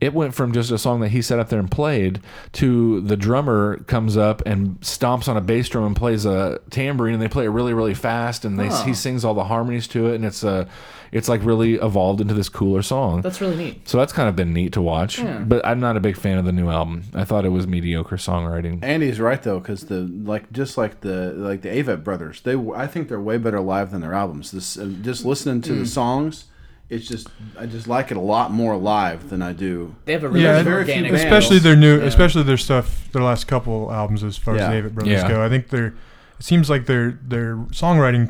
S1: it went from just a song that he sat up there and played to the drummer comes up and stomps on a bass drum and plays a tambourine, and they play it really, really fast, and they
S5: Huh.
S1: he sings all the harmonies to it, and it's a, it's like really evolved into this cooler song.
S5: That's really neat.
S1: So that's kind of been neat to watch.
S5: Yeah.
S1: But I'm not a big fan of the new album. I thought it was mediocre songwriting.
S10: Andy's right though, because the like just like the like the Avett brothers, they w- I think they're way better live than their albums. This uh, just listening to the
S5: Mm.
S10: songs, it's just I just like it a lot more live than I do.
S5: They have a
S4: yeah,
S10: Very few bands-
S4: especially their new, especially their stuff, their last couple albums as far
S10: Yeah.
S4: as David Brothers
S10: Yeah.
S4: go. I think their it seems like their their songwriting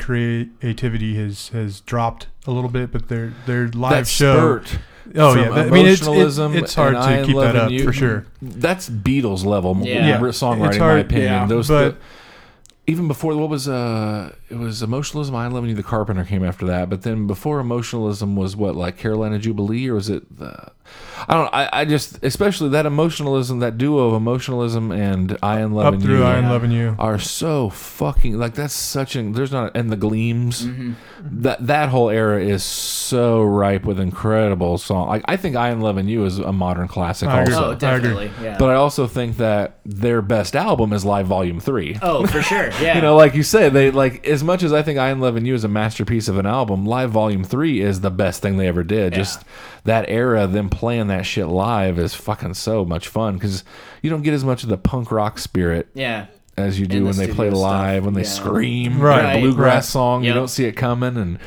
S4: creativity has has dropped a little bit, but their their live
S1: that
S4: show.
S1: spurt
S4: Oh
S1: from
S4: yeah, that- I mean it's it-
S1: emotionalism
S4: it's hard
S1: and I
S4: to keep
S1: Love
S4: that up
S1: You.
S4: for sure.
S1: That's Beatles level
S4: Yeah.
S1: yeah.
S4: Yeah.
S1: songwriting,
S4: It's
S1: in my
S4: hard-
S1: opinion.
S4: yeah,
S1: Those
S4: but-
S1: the- even before what was uh it was emotionalism. I love you. The Carpenter came after that, but then before emotionalism was what like Carolina Jubilee or was it the I don't I, I just especially that emotionalism that duo of emotionalism and I and love
S4: Up
S1: and
S4: through
S1: you
S4: I and Lovin' You.
S1: are so fucking like that's such an there's not and the gleams that that whole era is so ripe with incredible song like I think I and Love and You is a modern classic
S4: I agree.
S1: also
S4: Oh, definitely, I agree. yeah.
S1: but I also think that their best album is Live Volume Three
S5: Oh, for sure. Yeah.
S1: you know like you said they like as much as I think I and Love and You is a masterpiece of an album Live Volume Three is the best thing they ever did just that era them playing that shit live is fucking so much fun because you don't get as much of the punk rock spirit
S5: Yeah.
S1: as you
S5: In
S1: do
S5: the
S1: when they play
S5: studio
S1: live,
S5: stuff,
S1: when they
S5: yeah.
S1: scream,
S5: Right.
S1: right?
S5: Right.
S1: bluegrass
S5: Right.
S1: song, you
S5: Yep.
S1: don't see it coming, and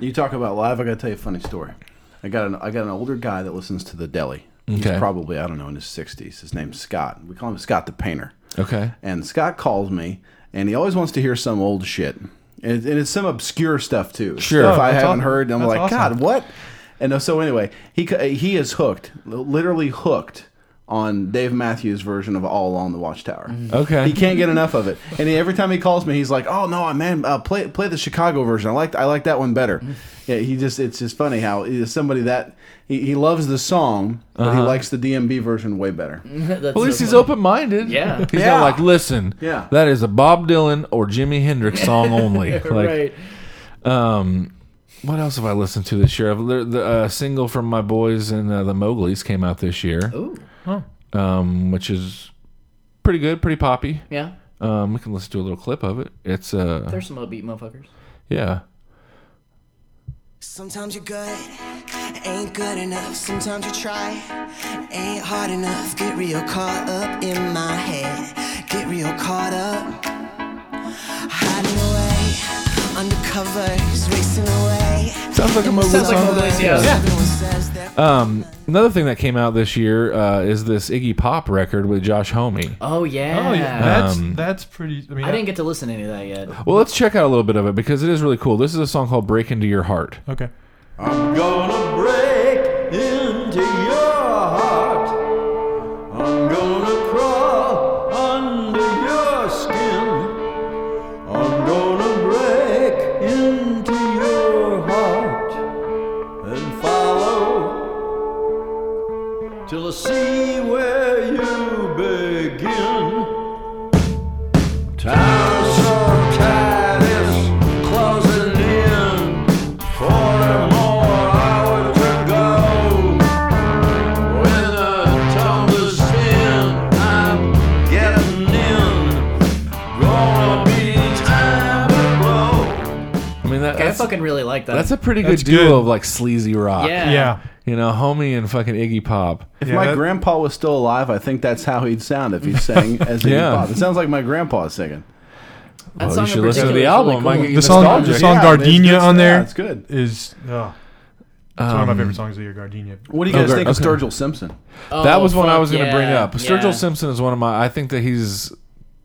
S10: You talk about live. I gotta tell you a funny story. I got an I got an older guy that listens to the Deli. He's
S1: Okay.
S10: probably I don't know in his sixties. His name's Scott. We call him Scott the Painter.
S1: okay,
S10: And Scott calls me, and he always wants to hear some old shit, and, and it's some obscure stuff too.
S1: Sure. Oh,
S10: stuff I
S1: That's
S10: haven't
S1: aw-
S10: heard. And I'm
S1: that's
S10: like,
S1: awesome.
S10: God, what? And uh, so anyway, he co- he is hooked, literally hooked on Dave Matthews' version of All Along the Watchtower.
S1: Mm-hmm. Okay.
S10: he can't get enough of it. And he, every time he calls me, he's like, "Oh no, man, uh, play play the Chicago version. I like I like that one better."
S1: Mm-hmm.
S10: Yeah, he just it's just funny how he is somebody that he, he loves the song, but he
S1: Uh-huh. Mm-hmm.
S10: likes the DMB version way better.
S1: at least he's open minded.
S10: Yeah.
S1: he's
S10: Yeah.
S1: not like, listen,
S10: Yeah.
S1: that is a Bob Dylan or Jimi Hendrix song only. Like,
S5: Right.
S1: um, what else have I listened to this year? I've, the the uh, single from my boys and uh, the Mowgli's came out this year.
S5: Ooh.
S4: Huh.
S1: um, which is pretty good, pretty poppy.
S5: Yeah.
S1: um, we can listen to a little clip of it. It's uh,
S5: There's some upbeat motherfuckers.
S1: yeah.
S13: Sometimes you're good, ain't good enough. Sometimes you try, ain't hard enough. Get real caught up in my head. Get real caught up. Hiding away, under covers, racing away.
S1: Sounds like a Mowgli
S13: Sounds like
S1: song.
S13: Mowgli's,
S1: Yeah.
S13: yeah. Everyone says that
S1: Um, another thing that came out this year uh, is this Iggy Pop record with Josh Homme.
S5: Oh yeah.
S4: Oh yeah, Oh, that's
S1: Um,
S4: that's pretty. I mean,
S5: I didn't get to listen to any of that yet.
S1: Well, let's check out a little bit of it because it is really cool. This is a song called "Break Into Your Heart."
S4: Okay.
S6: I'm gonna break into your heart. I'm gonna crawl under your skin. I'm gonna break into your heart and follow till I see where you begin. Time so tight is closing in. Forty more hours to go. When the tumbler's spin, I'm getting in. Gonna be time to
S1: I
S6: blow.
S1: mean, that,
S5: Okay, I
S1: that's
S5: fucking really like that.
S1: that's a pretty
S4: That's
S1: good duo
S4: good.
S1: of like sleazy rock.
S5: Yeah. Yeah.
S1: You know, Homie and fucking Iggy Pop.
S10: If my grandpa was still alive, I think that's how he'd sound if he sang as Iggy
S1: Yeah.
S10: Pop. It sounds like my grandpa singing.
S5: Oh,
S1: That Well, song you should in listen to the particular is album. really cool. Might get you
S4: The song, the
S1: nostalgic.
S4: song
S1: Yeah, it's-
S4: Gardenia
S1: it's-
S4: on there.
S1: yeah,
S4: That's
S1: it's good.
S4: Is oh, it's one of my
S1: Um,
S4: favorite songs of the year, Gardenia.
S10: What do you guys think of Sturgill Simpson?
S1: that
S4: Oh,
S1: was one I
S4: fuck
S1: was going to bring
S4: yeah,
S1: up. Sturgill
S4: yeah.
S1: Simpson is one of my. I think that he's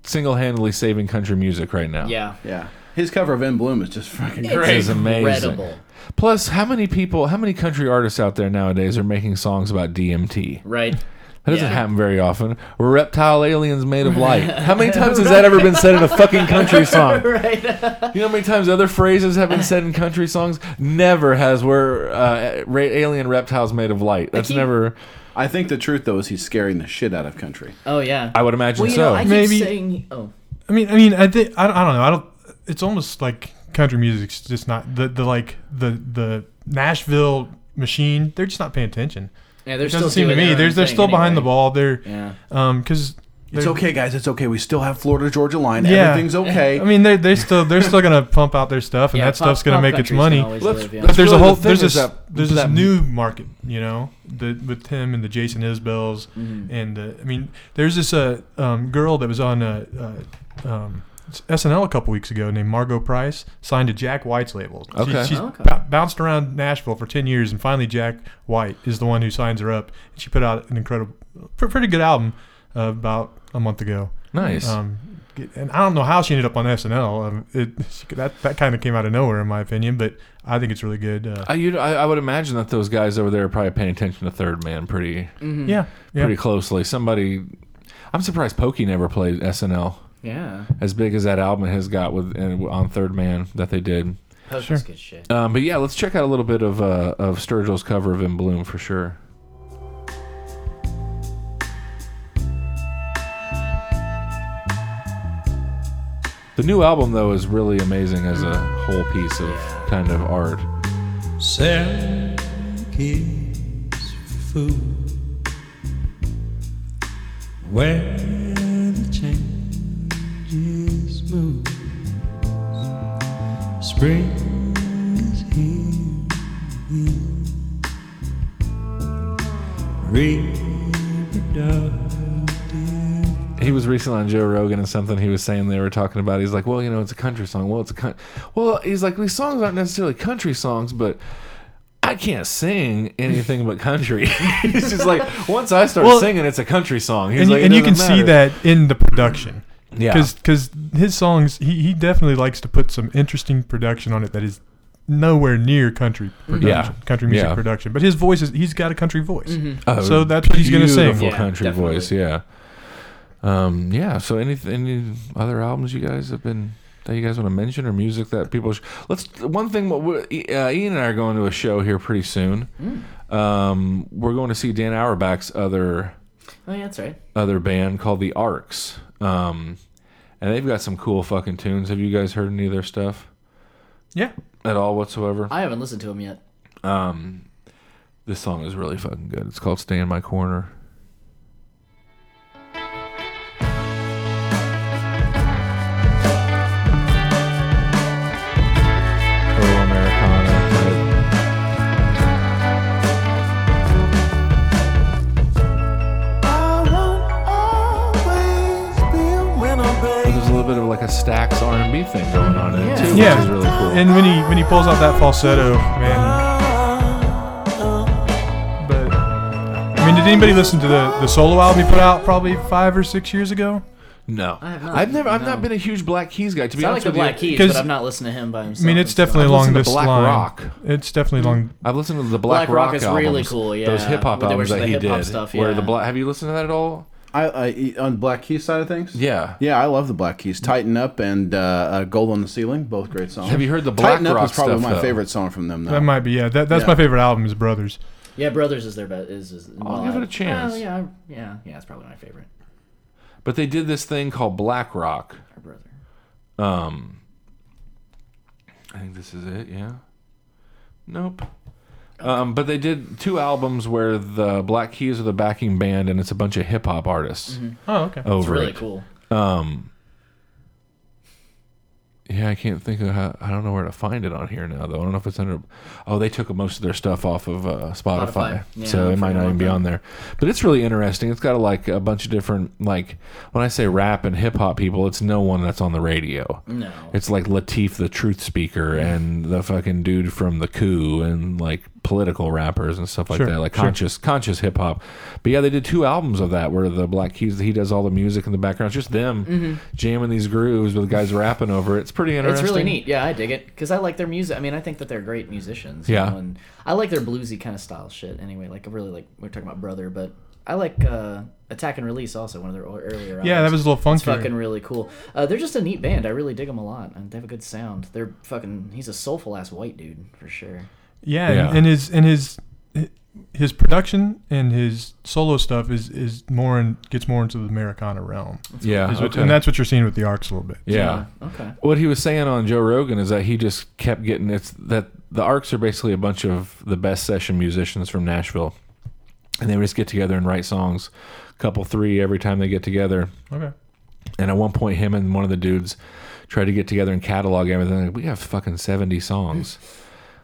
S1: single-handedly saving country music right now.
S5: Yeah.
S10: Yeah. His cover of In Bloom is just fucking
S1: It's
S10: great.
S1: It's amazing. incredible. Plus, how many people, how many country artists out there nowadays are making songs about DMT?
S5: Right.
S1: That doesn't happen very often. We're reptile aliens made of light. How many times has
S5: Right.
S1: that ever been said in a fucking country song?
S5: right.
S1: You know how many times other phrases have been said in country songs? Never has we're uh, ra- alien reptiles made of light. That's
S5: keep-
S1: never.
S10: I think the truth though is he's scaring the shit out of country.
S5: Oh yeah.
S1: I would imagine
S5: well, you
S1: so.
S5: Know, I keep
S4: Maybe-
S5: saying. Oh.
S4: I mean, I mean, I think I don't, I don't know. I don't. It's almost like country music's just not the the like the the Nashville machine. They're just not paying attention.
S5: Yeah, they're
S4: It doesn't
S5: still
S4: seem to
S5: doing
S4: me
S5: their
S4: they're
S5: own
S4: they're
S5: thing
S4: still behind the
S5: anyway.
S4: ball. They're
S5: Yeah.
S4: um because
S10: It's okay, guys. It's okay. We still have Florida Georgia Line. Everything's okay.
S4: I mean, they're they still they're still gonna pump out their stuff, and
S10: Yeah,
S4: that
S10: pop-
S4: stuff's gonna
S10: pop
S4: make its
S10: country's
S4: money.
S10: gonna always Let's- live, yeah.
S4: But there's a
S10: really
S4: whole
S10: the thing
S4: there's
S10: is
S4: this
S10: that-
S4: there's
S10: is
S4: this
S10: that-
S4: new market, you know, that with him and the Jason Isbells,
S5: Mm-hmm.
S4: and uh, I mean, there's this uh, um, girl that was on uh, uh, um, SNL a couple weeks ago named Margot Price, signed to Jack White's label. She-
S1: Okay.
S4: she's
S1: Okay.
S4: bou- bounced around Nashville for ten years, and finally Jack White is the one who signs her up. She put out an incredible, pr- pretty good album uh, about a month ago.
S1: Nice.
S4: Um, get- and I don't know how she ended up on SNL. Um, it, she, that that kind of came out of nowhere, in my opinion. But I think it's really good. Uh,
S1: I, you'd, I, I would imagine that those guys over there are probably paying attention to Third Man pretty,
S5: Mhm. Yeah,
S4: yeah.
S1: pretty closely. Somebody, I'm surprised Pokey never played SNL.
S5: Yeah.
S1: as big as that album has got with and on Third Man that they did.
S5: Pokey's Sure. good shit. Oh,
S1: Um, but yeah, let's check out a little bit of uh, of Sturgill's cover of In Bloom for sure. The new album though is really amazing as a whole piece of kind of art.
S6: Sarah keeps food where the changes move. Spring is here. Reproductive
S1: He was recently on Joe Rogan and something he was saying they were talking about. He's like, well, you know, it's a country song. Well, it's a country. Well, he's like, these songs aren't necessarily country songs, but I can't sing anything but country. he's just like, once I start
S4: Well,
S1: singing, it's a country song. He's
S4: and, you-
S1: like, it
S4: and you can
S1: doesn't
S4: see
S1: matter.
S4: that in the production.
S1: Yeah.
S4: Because his songs, he, he definitely likes to put some interesting production on it that is nowhere near country production,
S1: Mm-hmm. Yeah.
S4: country music
S1: Yeah.
S4: production. But his voice is, he's got a country voice.
S1: Oh,
S4: so that's what he's going to sing.
S1: Beautiful country voice, yeah. Um, yeah. So, any any other albums you guys have been that you guys want to mention or music that people? Sh- Let's one thing. What we- uh, Ian and I are going to a show here pretty soon. Um, we're going to see Dan Auerbach's other
S5: Oh yeah, that's right.
S1: other band called the Arcs. Um, and they've got some cool fucking tunes. Have you guys heard any of their stuff?
S4: Yeah.
S1: At all whatsoever.
S5: I haven't listened to him yet.
S1: Um, this song is really fucking good. It's called "Stay in My Corner." Total Americana.
S6: I won't always be a winner,
S1: But There's a little bit of like a Stax R&B thing going on in it too,
S4: Yeah.
S1: which is really cool.
S4: And when he when he pulls out that falsetto, man. But I mean, did anybody listen to the, the solo album he put out probably five or six years ago?
S1: no, I
S5: have not.
S1: I've never, I've
S5: No.
S1: not been a huge Black Keys guy. To be
S5: I like
S1: honest
S5: the
S1: with you.
S5: Black Keys, but I've not listened to him by
S4: I
S5: himself.
S4: mean, it's definitely
S1: I've
S4: along
S1: listened to
S4: this
S1: Black
S4: line.
S1: Rock. Mm-hmm.
S4: It's definitely along.
S1: I've listened to the Black,
S5: Black Rock
S1: Rock
S5: is really
S1: albums,
S5: cool, yeah.
S1: those hip hop
S5: Where there
S1: albums
S5: was
S1: that
S5: the
S1: he
S5: hip-hop
S1: did.
S5: stuff,
S1: Where
S5: yeah.
S1: the Black, have you listened to that at all?
S10: I, I on Black Keys side of things.
S1: Yeah,
S10: yeah, I love the Black Keys. Tighten Up and uh, uh, Gold on the Ceiling, both great songs.
S1: Have you heard the Black
S10: Tighten Up
S1: Rock
S10: is probably
S1: stuff,
S10: my
S1: though?
S10: favorite song from them. Though.
S4: That might be yeah. That, that's my favorite album is Brothers.
S5: yeah, Brothers is their best. Is, is
S1: I'll
S5: well,
S1: give
S5: I-
S1: it a chance.
S5: Oh yeah, yeah, yeah. It's probably my favorite.
S1: But they did this thing called Black Rock.
S5: Our brother.
S1: Um, I think this is it. Yeah. Nope. Um, but they did two albums where the Black Keys are the backing band, and it's a bunch of hip hop artists.
S5: Mhm.
S4: Oh, okay. That's
S1: Over
S5: really
S1: it.
S5: cool.
S1: Um. Yeah, I can't think of how. I don't know where to find it on here now, though. I don't know if it's under. Oh, they took most of their stuff off of uh, Spotify,
S5: Spotify. Yeah,
S1: so
S5: I
S1: it might
S5: forgot
S1: not even
S5: about
S1: be
S5: that.
S1: on there. But it's really interesting. It's got like a bunch of different like when I say rap and hip hop people, it's no one that's on the radio.
S5: No.
S1: it's like Latif, the truth speaker, and the fucking dude from the coup, and like political rappers and stuff like
S4: Sure,
S1: that, like
S4: sure.
S1: conscious conscious hip hop. But yeah, they did two albums of that where the Black Keys he does all the music in the background, it's just them
S5: Mhm.
S1: jamming these grooves with guys rapping over it. It's pretty
S5: It's
S1: interesting.
S5: really neat. Yeah, I dig it because I like their music. I mean, I think that they're great musicians. you
S1: Yeah.
S5: know, and I like their bluesy kind of style shit. Anyway, like I really like we're talking about Brother, but I like uh, Attack and Release also one of their o- earlier. Albums.
S4: Yeah, that was a little
S5: It's
S4: funkier.
S5: fucking really cool. Uh, they're just a neat band. I really dig them a lot, and they have a good sound. They're fucking. He's a soulful ass white dude for sure.
S4: Yeah, and- And, his and his his production and his solo stuff is is more and gets more into the Americana realm.
S1: Yeah,
S4: Is what-
S1: okay.
S4: and that's what you're seeing with the Arcs a little bit.
S1: Yeah.
S5: Okay.
S1: What he was saying on Joe Rogan is that he just kept getting it's that the arcs are basically a bunch of the best session musicians from Nashville, and they would just get together and write songs, couple three every time they get together.
S4: Okay.
S1: And at one point, him and one of the dudes tried to get together and catalog everything. Like, we have fucking seventy songs.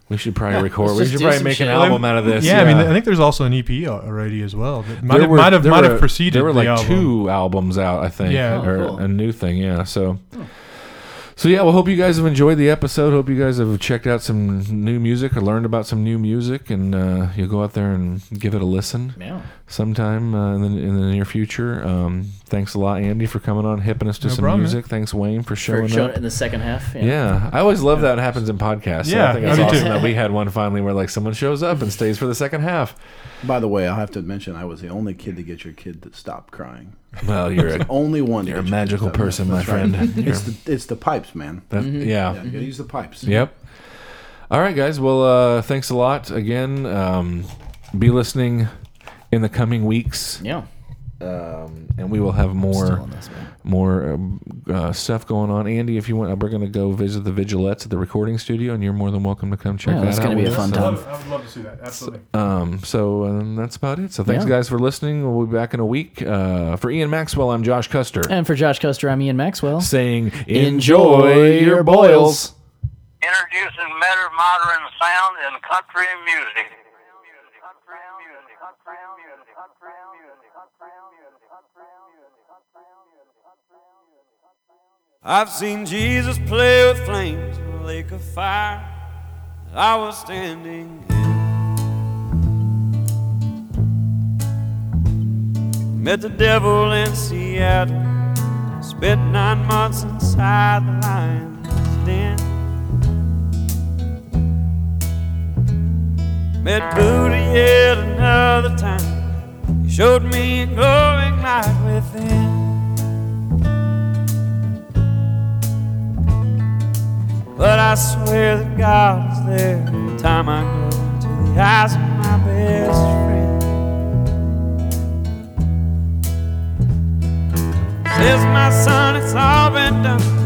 S1: We should probably record. we should probably make an album out of this.
S4: Yeah, I mean, I think there's also an EP al- already as well. That might,
S1: There
S4: have,
S1: were-
S4: might have
S1: there
S4: might
S1: were-
S4: have preceded
S1: There were
S4: the
S1: like
S4: album.
S1: two albums out, I think.
S4: Yeah. Oh,
S1: or
S4: cool.
S1: a new thing. Yeah, so. So yeah, well, hope you guys have enjoyed the episode. Hope you guys have checked out some new music or learned about some new music, and uh, you'll go out there and give it a listen
S5: Yeah.
S1: sometime uh, in, the, in the near future. Um, thanks a lot, Andy, for coming on, hipping us to
S5: No
S1: some
S5: problem, man.
S1: music. Thanks, Wayne, for
S5: For
S1: showing
S5: showing
S1: up.
S5: it in the second half.
S1: Yeah. I always love that it happens in podcasts. Yeah,
S10: Yeah,
S1: I think it's
S10: me too.
S1: awesome that we had one finally where like someone shows up and stays for the second half.
S10: By the way, I'll have to mention I was the only kid to get your kid to stop crying.
S1: Well, you're
S10: I was
S1: a-
S10: the only one. to
S1: you're a
S10: get your kid to
S1: magical
S10: stop crying.
S1: person, my
S10: That's right.
S1: friend. You're-
S10: it's the it's the pipes, man.
S1: That- Yeah.
S10: you gotta use the pipes.
S1: Yep. All right, guys. Well, uh, thanks a lot again. Um, be listening in the coming weeks.
S5: Yeah.
S1: Um, and we will have more more um, uh, stuff going on. Andy, if you want, we're going to go visit the Vigilettes at the recording studio, and you're more than welcome to come check
S5: Yeah,
S1: that
S5: that's
S1: out.
S5: gonna be a
S1: with
S5: fun
S1: us.
S5: time.
S4: I would love to see that. Absolutely.
S1: Um, so um, that's about it. So thanks,
S5: Yeah.
S1: guys, for listening. We'll be back in a week. Uh, for Ian Maxwell, I'm Josh Custer.
S5: And for Josh Custer, I'm Ian Maxwell.
S1: Saying, enjoy your boils.
S14: Introducing better modern sound in country music.
S15: I've seen Jesus play with flames in a lake of fire that I was standing in. Met the devil in Seattle, spent nine months inside the lion's den. Met Buddha yet another time, he showed me a glowing light within. But I swear that God is there every time I go to the eyes of my best friend. Says my son, it's all been done.